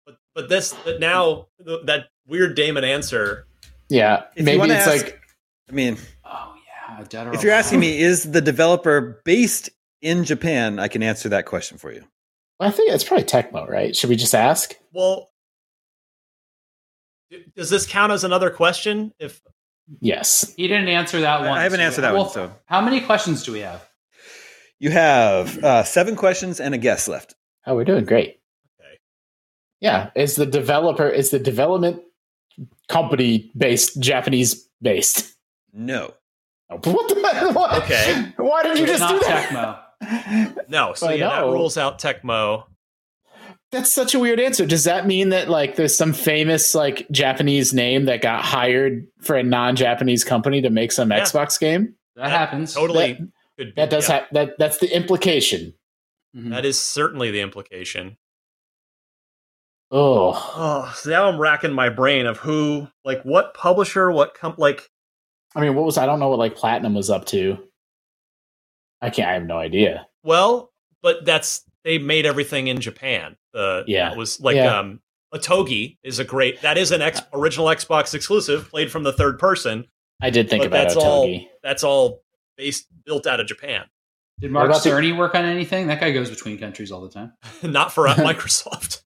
Speaker 3: But but this but now th- that weird Damon answer.
Speaker 4: yeah.
Speaker 1: If you
Speaker 4: Maybe
Speaker 1: wanna
Speaker 4: it's
Speaker 1: ask-
Speaker 4: like
Speaker 1: I mean,
Speaker 2: Oh yeah, Dead or
Speaker 1: if you're
Speaker 2: Alive.
Speaker 1: asking me, is the developer based in Japan? I can answer that question for you.
Speaker 4: I think it's probably Tecmo, right? Should we just ask?
Speaker 3: Well, d- does this count as another question? If
Speaker 4: Yes.
Speaker 2: he didn't answer that one.
Speaker 1: I haven't
Speaker 2: so-
Speaker 1: answered that
Speaker 2: well,
Speaker 1: one, so
Speaker 2: how many questions do we have?
Speaker 1: you have uh, seven questions and a guess left.
Speaker 4: Oh, we're doing great.
Speaker 3: Okay.
Speaker 4: Yeah, is the developer is the development company based Japanese based?
Speaker 1: No.
Speaker 4: Oh, What the what?
Speaker 3: Okay.
Speaker 4: Why did you
Speaker 2: It's
Speaker 4: just do
Speaker 2: not
Speaker 4: that?
Speaker 2: Tecmo.
Speaker 3: no, so
Speaker 4: I
Speaker 3: yeah, that
Speaker 4: know.
Speaker 3: rules out Tecmo.
Speaker 4: That's such a weird answer. Does that mean that like there's some famous like Japanese name that got hired for a non-Japanese company to make some
Speaker 3: Yeah.
Speaker 4: Xbox game?
Speaker 2: That happens.
Speaker 3: Totally. could be-
Speaker 4: That does
Speaker 3: yeah,
Speaker 4: have that that's the implication.
Speaker 2: Mhm.
Speaker 3: That is certainly the implication.
Speaker 4: Oh.
Speaker 3: Oh, so now I'm racking my brain of who, like, what publisher, what comp, like,
Speaker 4: I mean, what was I don't know what like Platinum was up to. I can't I have no idea.
Speaker 3: well, but that's they made everything in Japan. Uh,
Speaker 4: Yeah.
Speaker 3: it was like
Speaker 4: Yeah.
Speaker 3: um, Otogi is a great that is an ex- original Xbox exclusive, played from the third person.
Speaker 4: I did think
Speaker 3: But
Speaker 4: about
Speaker 3: that's
Speaker 4: Otogi.
Speaker 3: all- That's all based built out of Japan,
Speaker 2: Did
Speaker 4: What
Speaker 2: Mark
Speaker 4: about the-
Speaker 2: Cerny work on anything? That guy goes between countries all the time.
Speaker 3: not for Microsoft.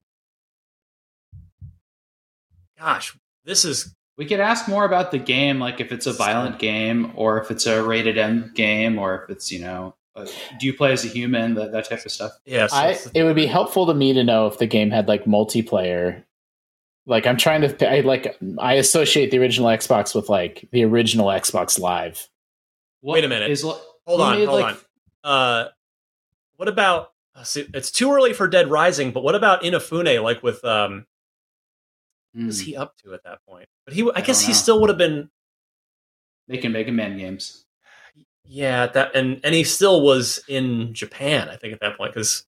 Speaker 3: Gosh, this is
Speaker 2: We could ask more about the game, like if it's a violent game or if it's a rated M game or if it's, you know, uh, do you play as a human, that, that type of stuff.
Speaker 3: yes.
Speaker 4: I,
Speaker 3: it's-
Speaker 4: it would be helpful to me to know if the game had like multiplayer. Like I'm trying to, I like I associate the original Xbox with like the original Xbox Live.
Speaker 2: What
Speaker 3: Wait a minute.
Speaker 2: Is, hold
Speaker 3: hold on, hold on. Uh, what about uh, see, it's too early for Dead Rising, but what about Inafune? Like with um,
Speaker 2: Hmm.
Speaker 3: what
Speaker 4: Hmm.
Speaker 3: was he up to at that point? But he, I,
Speaker 2: I
Speaker 3: guess
Speaker 2: don't
Speaker 3: he
Speaker 2: know.
Speaker 3: still would have been.
Speaker 2: They can make a man games.
Speaker 3: Yeah, that and and he still was in Japan, I think, at that point because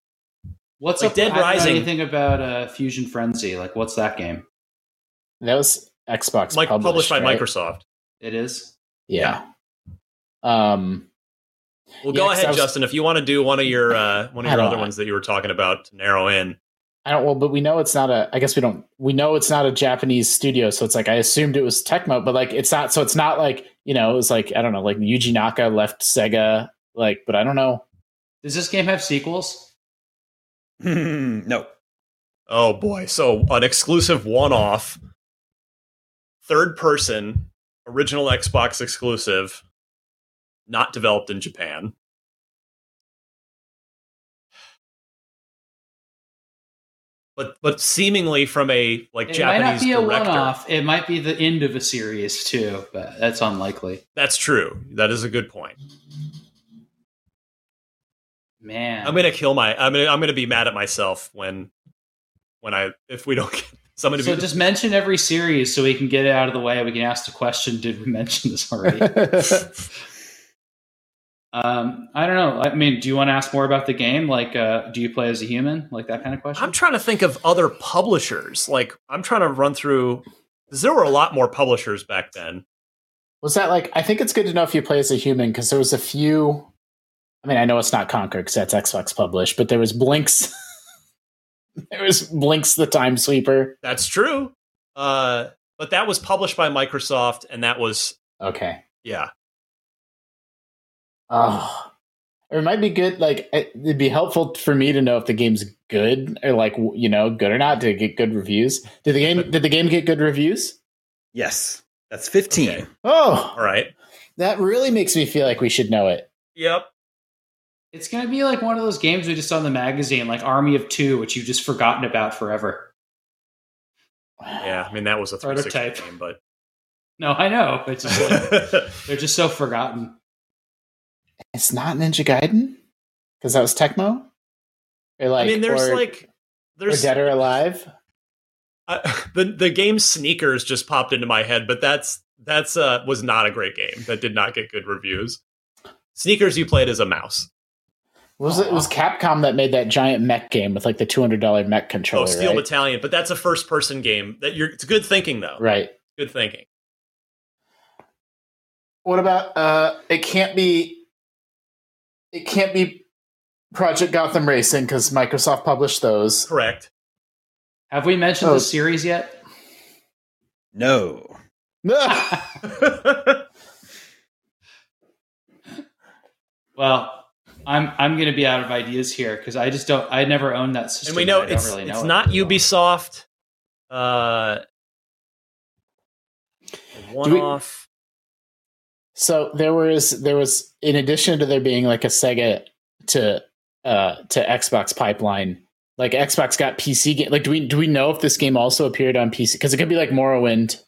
Speaker 2: What's
Speaker 3: Like
Speaker 2: up?
Speaker 3: Dead
Speaker 2: I don't know
Speaker 3: Rising.
Speaker 2: anything about uh, Fusion Frenzy? Like, what's that game?
Speaker 4: That was Xbox
Speaker 3: like published, by
Speaker 4: right?
Speaker 3: Microsoft.
Speaker 2: It is.
Speaker 4: Yeah. Um,
Speaker 3: Well,
Speaker 4: Yeah,
Speaker 3: go
Speaker 4: 'cause I
Speaker 3: ahead,
Speaker 4: was-
Speaker 3: Justin, if you want to do one of your uh, one of
Speaker 4: I
Speaker 3: your
Speaker 4: don't
Speaker 3: other
Speaker 4: know.
Speaker 3: ones that you were talking about to narrow in.
Speaker 4: I don't. Well, but we know it's not a. I guess we don't. We know it's not a Japanese studio, so it's like I assumed it was Tecmo, but like it's not. So it's not like you know. It's like I don't know. Like Yuji Naka left Sega, like, but I don't know.
Speaker 2: Does this game have sequels?
Speaker 1: no.
Speaker 3: Oh boy. So an exclusive one off, third person, original Xbox exclusive, not developed in Japan. But but seemingly from a like
Speaker 2: It might not
Speaker 3: Japanese
Speaker 2: be a
Speaker 3: director.
Speaker 2: one-off. It might be the end of a series too, but that's unlikely.
Speaker 3: That's true. That is a good point.
Speaker 2: Man,
Speaker 3: I'm gonna kill my I'm gonna I'm gonna be mad at myself when when I if we don't get so I'm gonna
Speaker 2: so
Speaker 3: be
Speaker 2: just mention every series so we can get it out of the way. We can ask the question: Did we mention this already? um, I don't know. I mean, do you want to ask more about the game? Like, uh, do you play as a human? Like that kind of question.
Speaker 3: I'm trying to think of other publishers. Like I'm trying to run through because there were a lot more publishers back then.
Speaker 4: was that like? I think it's good to know if you play as a human because there was a few. I mean, I know it's not Conquer because that's Xbox published, but there was Blinks. there was Blinks the Time Sweeper.
Speaker 3: That's true. Uh, but that was published by Microsoft, and that was
Speaker 4: Okay.
Speaker 3: yeah.
Speaker 4: Oh, or it might be good. Like it- it'd be helpful for me to know if the game's good or like w- you know good or not to get good reviews. Did the game? Did the game get good reviews?
Speaker 1: Yes. That's 15.
Speaker 3: Okay.
Speaker 4: Oh,
Speaker 3: All right.
Speaker 4: that really makes me feel like we should know it.
Speaker 3: Yep.
Speaker 2: It's gonna be like one of those games we just saw in the magazine, like Army of Two, which you've just forgotten about forever.
Speaker 3: Yeah. I mean, that was a 360
Speaker 2: Prototype.
Speaker 3: game, but
Speaker 2: No, I know. It's just like, they're just so forgotten.
Speaker 4: It's not Ninja Gaiden because that was Tecmo. Or like,
Speaker 3: I mean, there's
Speaker 4: or-
Speaker 3: like
Speaker 4: or
Speaker 3: there's
Speaker 4: Dead or Alive.
Speaker 3: I- the the game Sneakers just popped into my head, but that's that's uh was not a great game that did not get good reviews. Sneakers you played as a mouse. Oh,
Speaker 4: Was it it was Capcom that made that giant mech game with like the two hundred dollar mech controller?
Speaker 3: oh, Steel
Speaker 4: right?
Speaker 3: Battalion, but that's a first person game. That you're it's good thinking though.
Speaker 4: right.
Speaker 3: Good thinking.
Speaker 4: What about uh it can't be it can't be Project Gotham Racing because Microsoft published those.
Speaker 3: Correct.
Speaker 2: Have we mentioned
Speaker 4: Oh.
Speaker 2: this series yet?
Speaker 1: No.
Speaker 2: Well, I'm I'm gonna be out of ideas here because I just don't. I never owned that system.
Speaker 3: and we know
Speaker 2: I don't
Speaker 3: it's
Speaker 2: really
Speaker 3: it's
Speaker 2: it
Speaker 3: not
Speaker 2: very well.
Speaker 3: Ubisoft. Uh one off.
Speaker 4: so there was there was in addition to there being like a Sega to uh to Xbox pipeline, like Xbox got PC game. Like, do we do we know if this game also appeared on PC? Because it could be like Morrowind,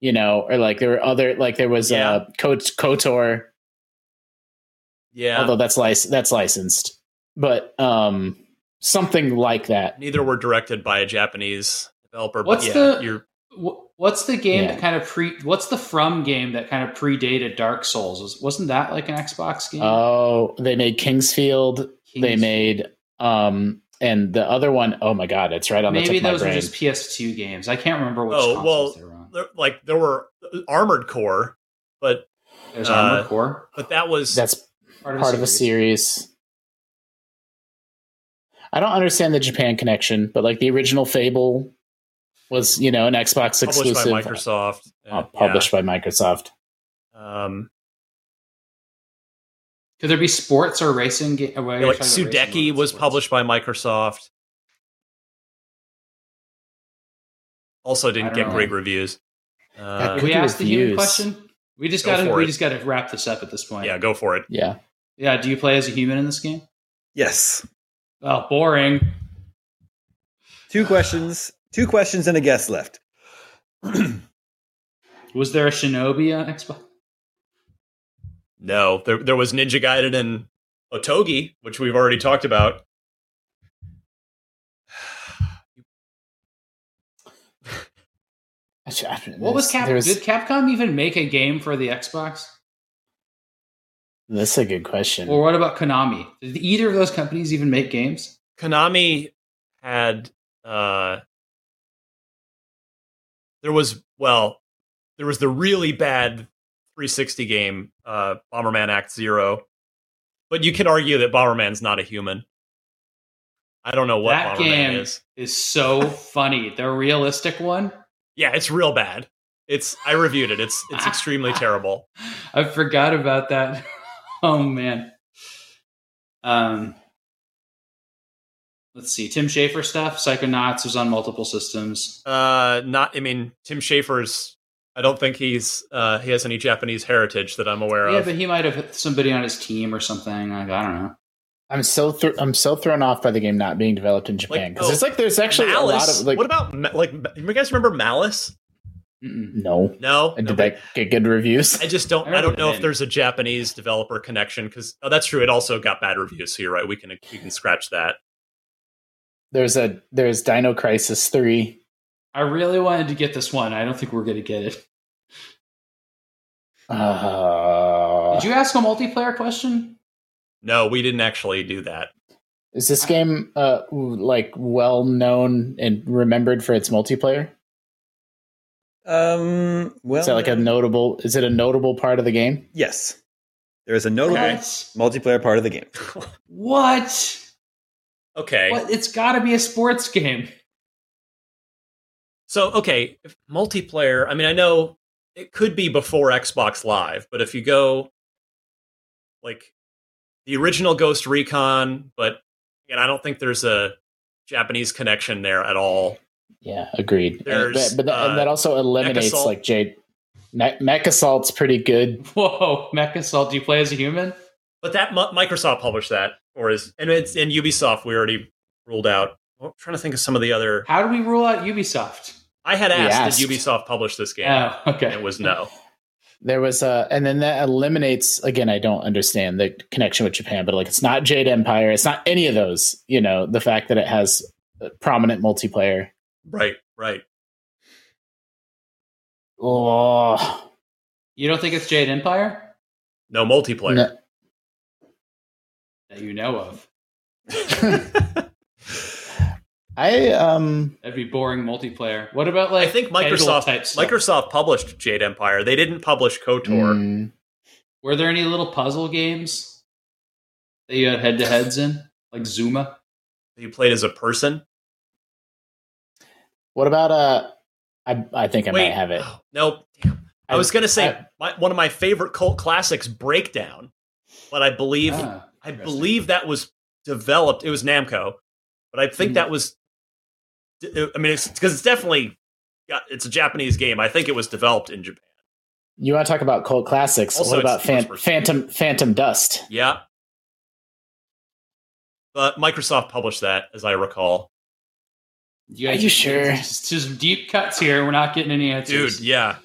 Speaker 4: you know, or like there were other like there was
Speaker 3: Yeah.
Speaker 4: uh Kot- Kotor.
Speaker 3: Yeah.
Speaker 4: although that's lic- that's licensed, but um, something like that.
Speaker 3: Neither were directed by a Japanese developer,
Speaker 2: What's
Speaker 3: but yeah,
Speaker 2: the-
Speaker 3: you're
Speaker 2: Wh- What's the game
Speaker 4: Yeah.
Speaker 2: that kind of pre? What's the From game that kind of predated Dark Souls? Was- Wasn't that like an Xbox game?
Speaker 4: Oh, they made Kingsfield. They
Speaker 2: Kings-
Speaker 4: made um, and the other one, oh my god, it's right on the
Speaker 2: maybe
Speaker 4: tip of my
Speaker 2: those were
Speaker 4: brain.
Speaker 2: just PS2 games. I can't remember which
Speaker 3: Oh,
Speaker 2: consoles
Speaker 3: well,
Speaker 2: they were on.
Speaker 3: there- like there were uh, armored core, but
Speaker 2: There's
Speaker 3: uh,
Speaker 2: Armored Core,
Speaker 3: but that was
Speaker 4: that's part of a series. I don't understand the Japan connection, but like the original Fable was, you know, an Xbox
Speaker 3: published by
Speaker 4: exclusive,
Speaker 3: Microsoft. Yeah.
Speaker 4: uh, published by Microsoft.
Speaker 3: Um,
Speaker 2: Could there be sports or racing game?
Speaker 3: like Sudeki was published by Microsoft. Also
Speaker 2: I
Speaker 3: didn't
Speaker 2: don't
Speaker 3: get
Speaker 2: know.
Speaker 3: great reviews.
Speaker 2: Did
Speaker 3: Uh,
Speaker 4: Could
Speaker 2: we
Speaker 4: do
Speaker 2: ask the human
Speaker 4: reviews.
Speaker 2: question? We just
Speaker 3: Go
Speaker 2: got to
Speaker 3: for
Speaker 2: we
Speaker 3: it.
Speaker 2: just got to wrap this up at this point.
Speaker 3: yeah, go for it.
Speaker 4: Yeah,
Speaker 2: Yeah. Do you play as a human in this game?
Speaker 1: Yes.
Speaker 2: Oh, boring.
Speaker 1: Two questions. Two questions and a guess left.
Speaker 2: Was there a Shinobi on Xbox?
Speaker 3: No, there there was Ninja Gaiden and Otogi, which we've already talked about.
Speaker 2: What was Cap?
Speaker 4: There was-
Speaker 2: Did Capcom even make a game for the Xbox?
Speaker 4: That's a good question.
Speaker 2: Or what about Konami? Did either of those companies even make games?
Speaker 3: Konami had uh there was well there was the really bad 360 game uh Bomberman Act 0 but you could argue that Bomberman's not a human I don't know what
Speaker 2: That
Speaker 3: Bomberman
Speaker 2: game-
Speaker 3: is
Speaker 2: Is so funny. The realistic one.
Speaker 3: yeah it's real bad it's I reviewed it it's it's extremely terrible
Speaker 2: I forgot about that. Oh man. Um, let's see. Tim Schafer stuff. Psychonauts was on multiple systems.
Speaker 3: uh not I mean Tim Schafer's I don't think he's uh he has any Japanese heritage that I'm aware
Speaker 2: Yeah,
Speaker 3: of
Speaker 2: but he might have somebody on his team or something. Like I don't know.
Speaker 4: I'm so thr I'm so thrown off by the game not being developed in Japan because
Speaker 3: oh,
Speaker 4: it's like there's actually
Speaker 3: Malice
Speaker 4: a lot of like
Speaker 3: what about Ma- like you guys remember Malice
Speaker 2: Mm-mm.
Speaker 4: no.
Speaker 3: No,
Speaker 4: And
Speaker 3: no,
Speaker 4: did that get good reviews?
Speaker 3: I just don't.
Speaker 2: I
Speaker 3: I don't know
Speaker 2: didn't.
Speaker 3: if there's a Japanese developer connection because oh, that's true. It also got bad reviews. So you're right. We can we can scratch that.
Speaker 4: There's a there's Dino Crisis three.
Speaker 2: I really wanted to get this one. I don't think we're gonna get it.
Speaker 4: Uh,
Speaker 2: Did you ask a multiplayer question?
Speaker 3: No, we didn't actually do that.
Speaker 4: is this game uh like well known and remembered for its multiplayer?
Speaker 1: Um, well,
Speaker 4: Is that
Speaker 3: uh,
Speaker 4: like a notable? Is it a notable part of the game?
Speaker 1: yes, there is a notable
Speaker 2: What?
Speaker 1: multiplayer part of the game.
Speaker 2: What?
Speaker 3: Okay.
Speaker 2: What? It's got to be a sports game.
Speaker 3: So okay, if multiplayer. I mean, I know it could be before Xbox Live, but if you go like the original Ghost Recon, but again, I don't think there's a Japanese connection there at all.
Speaker 4: Yeah, agreed. And,
Speaker 3: There's,
Speaker 4: but, but that- and
Speaker 3: uh,
Speaker 4: that also eliminates
Speaker 3: Assault.
Speaker 4: like Jade. Me- Mech Assault's pretty good.
Speaker 2: Whoa, Mecha Assault. Do you play as a human?
Speaker 3: But that Mi- Microsoft published that, or is and it's and Ubisoft we already ruled out. I'm trying to think of some of the other.
Speaker 2: How do we rule out Ubisoft?
Speaker 3: I had
Speaker 4: We
Speaker 3: asked, did
Speaker 4: asked.
Speaker 3: Ubisoft publish this game?
Speaker 2: Oh, okay.
Speaker 3: And it was no.
Speaker 4: There was a, and then that eliminates again. I don't understand the connection with Japan, but like it's not Jade Empire. It's not any of those. You know, the fact that it has uh, prominent multiplayer.
Speaker 3: Right, right.
Speaker 4: Oh,
Speaker 2: You don't think it's Jade Empire
Speaker 3: No multiplayer.
Speaker 4: No.
Speaker 2: that you know of?
Speaker 4: I um,
Speaker 2: That'd be boring multiplayer. What about like
Speaker 3: I think
Speaker 2: casual
Speaker 3: Microsoft
Speaker 2: type stuff?
Speaker 3: Microsoft published Jade Empire. They didn't publish KOTOR.
Speaker 4: mm,
Speaker 2: Were there any little puzzle games that you had head to heads in, like Zuma?
Speaker 3: You played as a person.
Speaker 4: what about uh? I I think I
Speaker 3: Wait,
Speaker 4: might have it.
Speaker 3: No, damn. I, was gonna say
Speaker 4: I-
Speaker 3: my, one of my favorite cult classics, Breakdown, but I believe
Speaker 2: Ah,
Speaker 3: I
Speaker 2: interesting.
Speaker 3: believe that was developed. It was Namco, but I
Speaker 4: Hmm.
Speaker 3: think that was. uh, I mean, it's because it's definitely got, it's a Japanese game. I think it was developed in Japan.
Speaker 4: You want to talk about cult classics?
Speaker 3: Also,
Speaker 4: what
Speaker 3: it's
Speaker 4: about Phan-
Speaker 3: first person.
Speaker 4: Phantom Phantom Dust?
Speaker 3: Yeah, but Microsoft published that, as I recall.
Speaker 2: You
Speaker 4: Are you sure?
Speaker 2: Just, just deep cuts here. We're not getting any answers,
Speaker 3: Dude, yeah.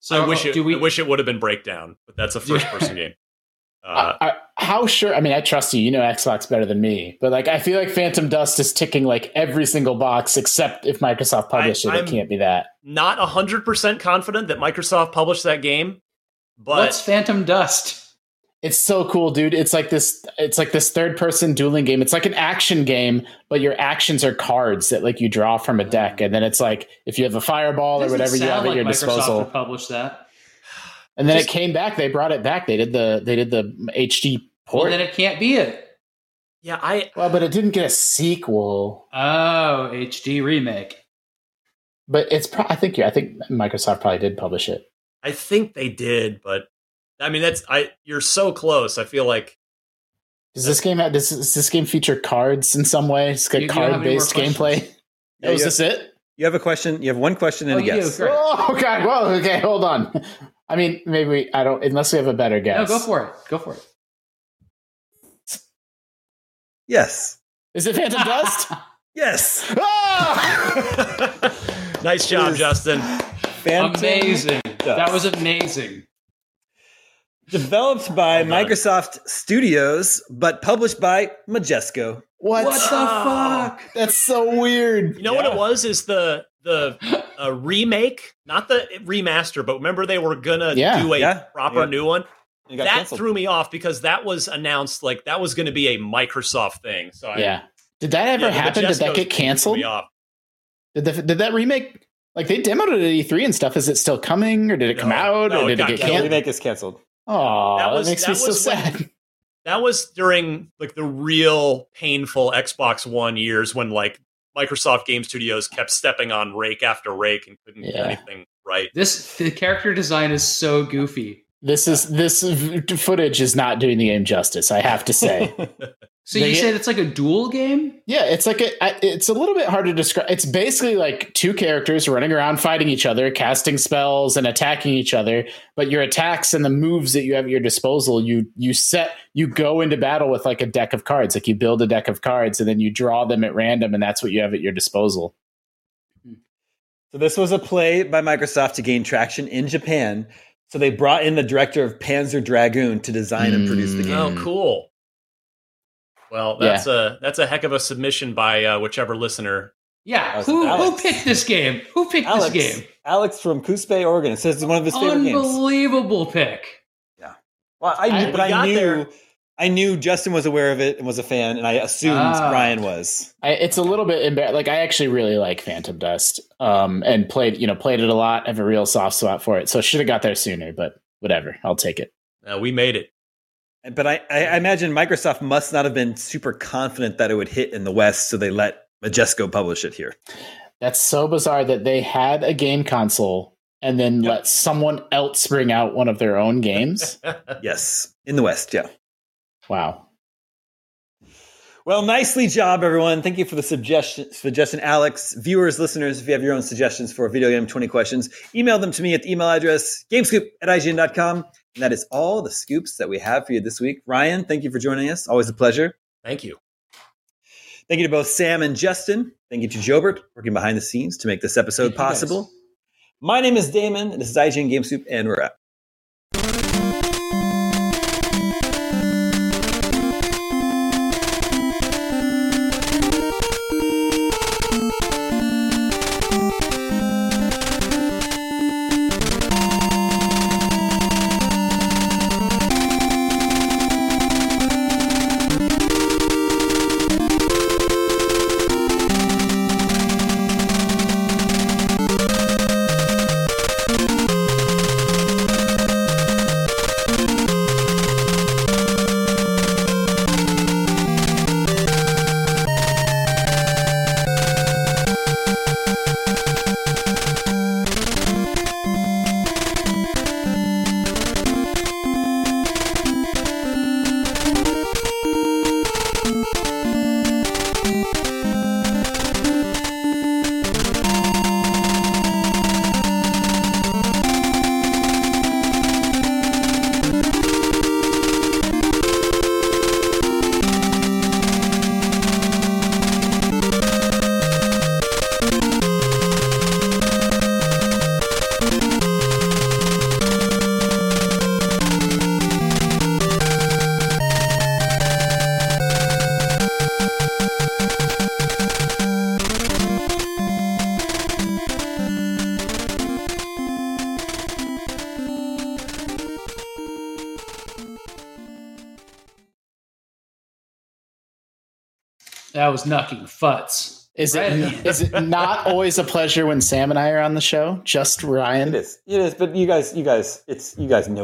Speaker 2: So
Speaker 3: I wish it.
Speaker 2: do we?
Speaker 3: I wish it would have been Breakdown, but that's a first-person game. Uh,
Speaker 4: I, I, how sure? I mean, I trust you. You know Xbox better than me, but like, I feel like Phantom Dust is ticking like every single box, except if Microsoft published it,
Speaker 3: I'm-
Speaker 4: it can't be that.
Speaker 3: not hundred percent confident that Microsoft published that game, but
Speaker 2: What's Phantom Dust?
Speaker 4: It's so cool, dude. It's like this. It's like this third-person dueling game. It's like an action game, but your actions are cards that like you draw from a deck,
Speaker 3: Mm.
Speaker 4: and then it's like if you have a fireball or
Speaker 2: Doesn't
Speaker 4: whatever you
Speaker 2: sound
Speaker 4: have at
Speaker 2: like
Speaker 4: your
Speaker 2: Microsoft
Speaker 4: disposal.
Speaker 2: would publish that.
Speaker 4: And then
Speaker 2: just-
Speaker 4: it came back. They brought it back. They did the they did the HD
Speaker 2: Well,
Speaker 4: port.
Speaker 2: then it can't be it.
Speaker 3: yeah, I
Speaker 4: well, but it didn't get a sequel.
Speaker 2: Oh, HD remake.
Speaker 4: But it's. Pro- I think. Yeah. I think Microsoft probably did publish it.
Speaker 3: I think they did, but I mean that's I you're so close. I feel like
Speaker 4: Does this game have, does, does this game feature cards in some way? It's
Speaker 2: You-
Speaker 4: got
Speaker 2: you don't have
Speaker 4: card based
Speaker 2: any more
Speaker 4: gameplay.
Speaker 2: questions?
Speaker 1: Yeah,
Speaker 4: oh, is
Speaker 1: you-
Speaker 4: this it?
Speaker 1: You have a question. You have one question and
Speaker 2: Oh,
Speaker 1: a
Speaker 2: you do.
Speaker 1: guess.
Speaker 2: Great.
Speaker 4: Oh god! Whoa. Okay, hold on. I mean, maybe we, I don't. Unless we have a better guess.
Speaker 2: No, go for it. Go for it.
Speaker 1: Yes.
Speaker 4: Is it Phantom Dust?
Speaker 1: Yes.
Speaker 4: Oh!
Speaker 3: nice job,
Speaker 1: is-
Speaker 3: Justin.
Speaker 1: Phantom
Speaker 2: amazing.
Speaker 1: Dust.
Speaker 2: That was amazing.
Speaker 1: Developed by
Speaker 3: Hold on.
Speaker 1: Microsoft Studios, but published by Majesco.
Speaker 4: What?
Speaker 2: What
Speaker 3: Oh.
Speaker 2: the fuck?
Speaker 4: That's so weird.
Speaker 3: You know what
Speaker 1: Yeah.
Speaker 3: it was is the the uh, remake, not the remaster, but remember they were gonna
Speaker 4: Yeah.
Speaker 3: do a
Speaker 1: Yeah.
Speaker 3: proper
Speaker 1: Yeah.
Speaker 3: new one.
Speaker 1: It got
Speaker 3: That
Speaker 1: canceled.
Speaker 3: threw me off because that was announced like that was going to be a Microsoft thing. So I,
Speaker 4: yeah. Did that ever
Speaker 3: yeah, the
Speaker 4: happen? Did that
Speaker 3: Majesco's
Speaker 4: get
Speaker 3: threw me
Speaker 4: canceled?
Speaker 3: off.
Speaker 4: Did, the, did that remake? Like they demoed it at E3 and stuff. Is it still coming, or did it come
Speaker 3: No,
Speaker 4: out,
Speaker 3: no,
Speaker 4: or
Speaker 3: it got
Speaker 4: did it get
Speaker 1: Yeah, the
Speaker 3: can't-
Speaker 4: canceled?
Speaker 1: remake is canceled.
Speaker 4: Oh,
Speaker 3: That
Speaker 4: that,
Speaker 3: was-
Speaker 4: makes
Speaker 3: that
Speaker 4: me so
Speaker 3: was when-
Speaker 4: sad.
Speaker 3: that was during like the real painful Xbox One years when like Microsoft Game Studios kept stepping on rake after rake and couldn't
Speaker 4: Yeah.
Speaker 3: get anything right.
Speaker 2: This the character design is so goofy.
Speaker 4: This is this v- footage is not doing the game justice. I have to say.
Speaker 2: So
Speaker 4: They-
Speaker 2: you said it's like a duel game?
Speaker 4: Yeah, it's like a, I- it's a little bit hard to describe. It's basically like two characters running around fighting each other, casting spells and attacking each other. But your attacks and the moves that you have at your disposal, you you set you go into battle with like a deck of cards. Like you build a deck of cards and then you draw them at random, and that's what you have at your disposal.
Speaker 1: So this was a play by Microsoft to gain traction in Japan. So they brought in the director of Panzer Dragoon to design and produce the
Speaker 2: Hmm.
Speaker 4: Mm.
Speaker 1: game.
Speaker 3: Oh, cool. Well,
Speaker 4: Yeah.
Speaker 3: that's a that's a heck of a submission by uh, whichever listener.
Speaker 2: Yeah.
Speaker 1: That was
Speaker 2: Who who
Speaker 1: Alex.
Speaker 2: picked this game? Who picked
Speaker 1: Alex,
Speaker 2: this game?
Speaker 1: Alex from Coos Bay, Oregon. It says it's one of his favorite games.
Speaker 2: Unbelievable pick.
Speaker 1: Well, I knew,
Speaker 4: I-
Speaker 1: but
Speaker 3: we got
Speaker 1: I knew,
Speaker 3: there.
Speaker 1: I knew Justin was aware of it and was a fan, and I assumed
Speaker 2: Ah.
Speaker 1: Brian was.
Speaker 4: I, it's a little bit embarrassing. Like I actually really like Phantom Dust, um, and played you know played it a lot. I have a real soft spot for it, so should have got there sooner. But whatever, I'll take it.
Speaker 3: Uh, we made it.
Speaker 1: But I, I I imagine Microsoft must not have been super confident that it would hit in the West, so they let Majesco publish it here.
Speaker 4: That's so bizarre that they had a game console and then
Speaker 3: Yep.
Speaker 4: let someone else bring out one of their own games.
Speaker 1: Yes, in the West, yeah.
Speaker 4: wow.
Speaker 1: Well, nicely job, everyone. Thank you for the suggestion, suggestion, Alex. Viewers, listeners, if you have your own suggestions for video game 20 questions, email them to me at the email address gamescoop at IGN.com. And that is all the scoops that we have for you this week. Ryan, thank you for joining us. Always a pleasure.
Speaker 3: Thank you.
Speaker 1: Thank you to both Sam and Justin. Thank you to Jobert, working behind the scenes to make this
Speaker 2: Thank
Speaker 1: episode
Speaker 2: you guys.
Speaker 1: possible. My name is Damon, and this is IGN Game Soup, and we're out.
Speaker 2: That was knucking futs.
Speaker 4: Is it
Speaker 2: Right.
Speaker 4: is it not always a pleasure when Sam and I are on the show? Just Ryan?
Speaker 1: is. It is. But you guys, you guys, it's you guys know.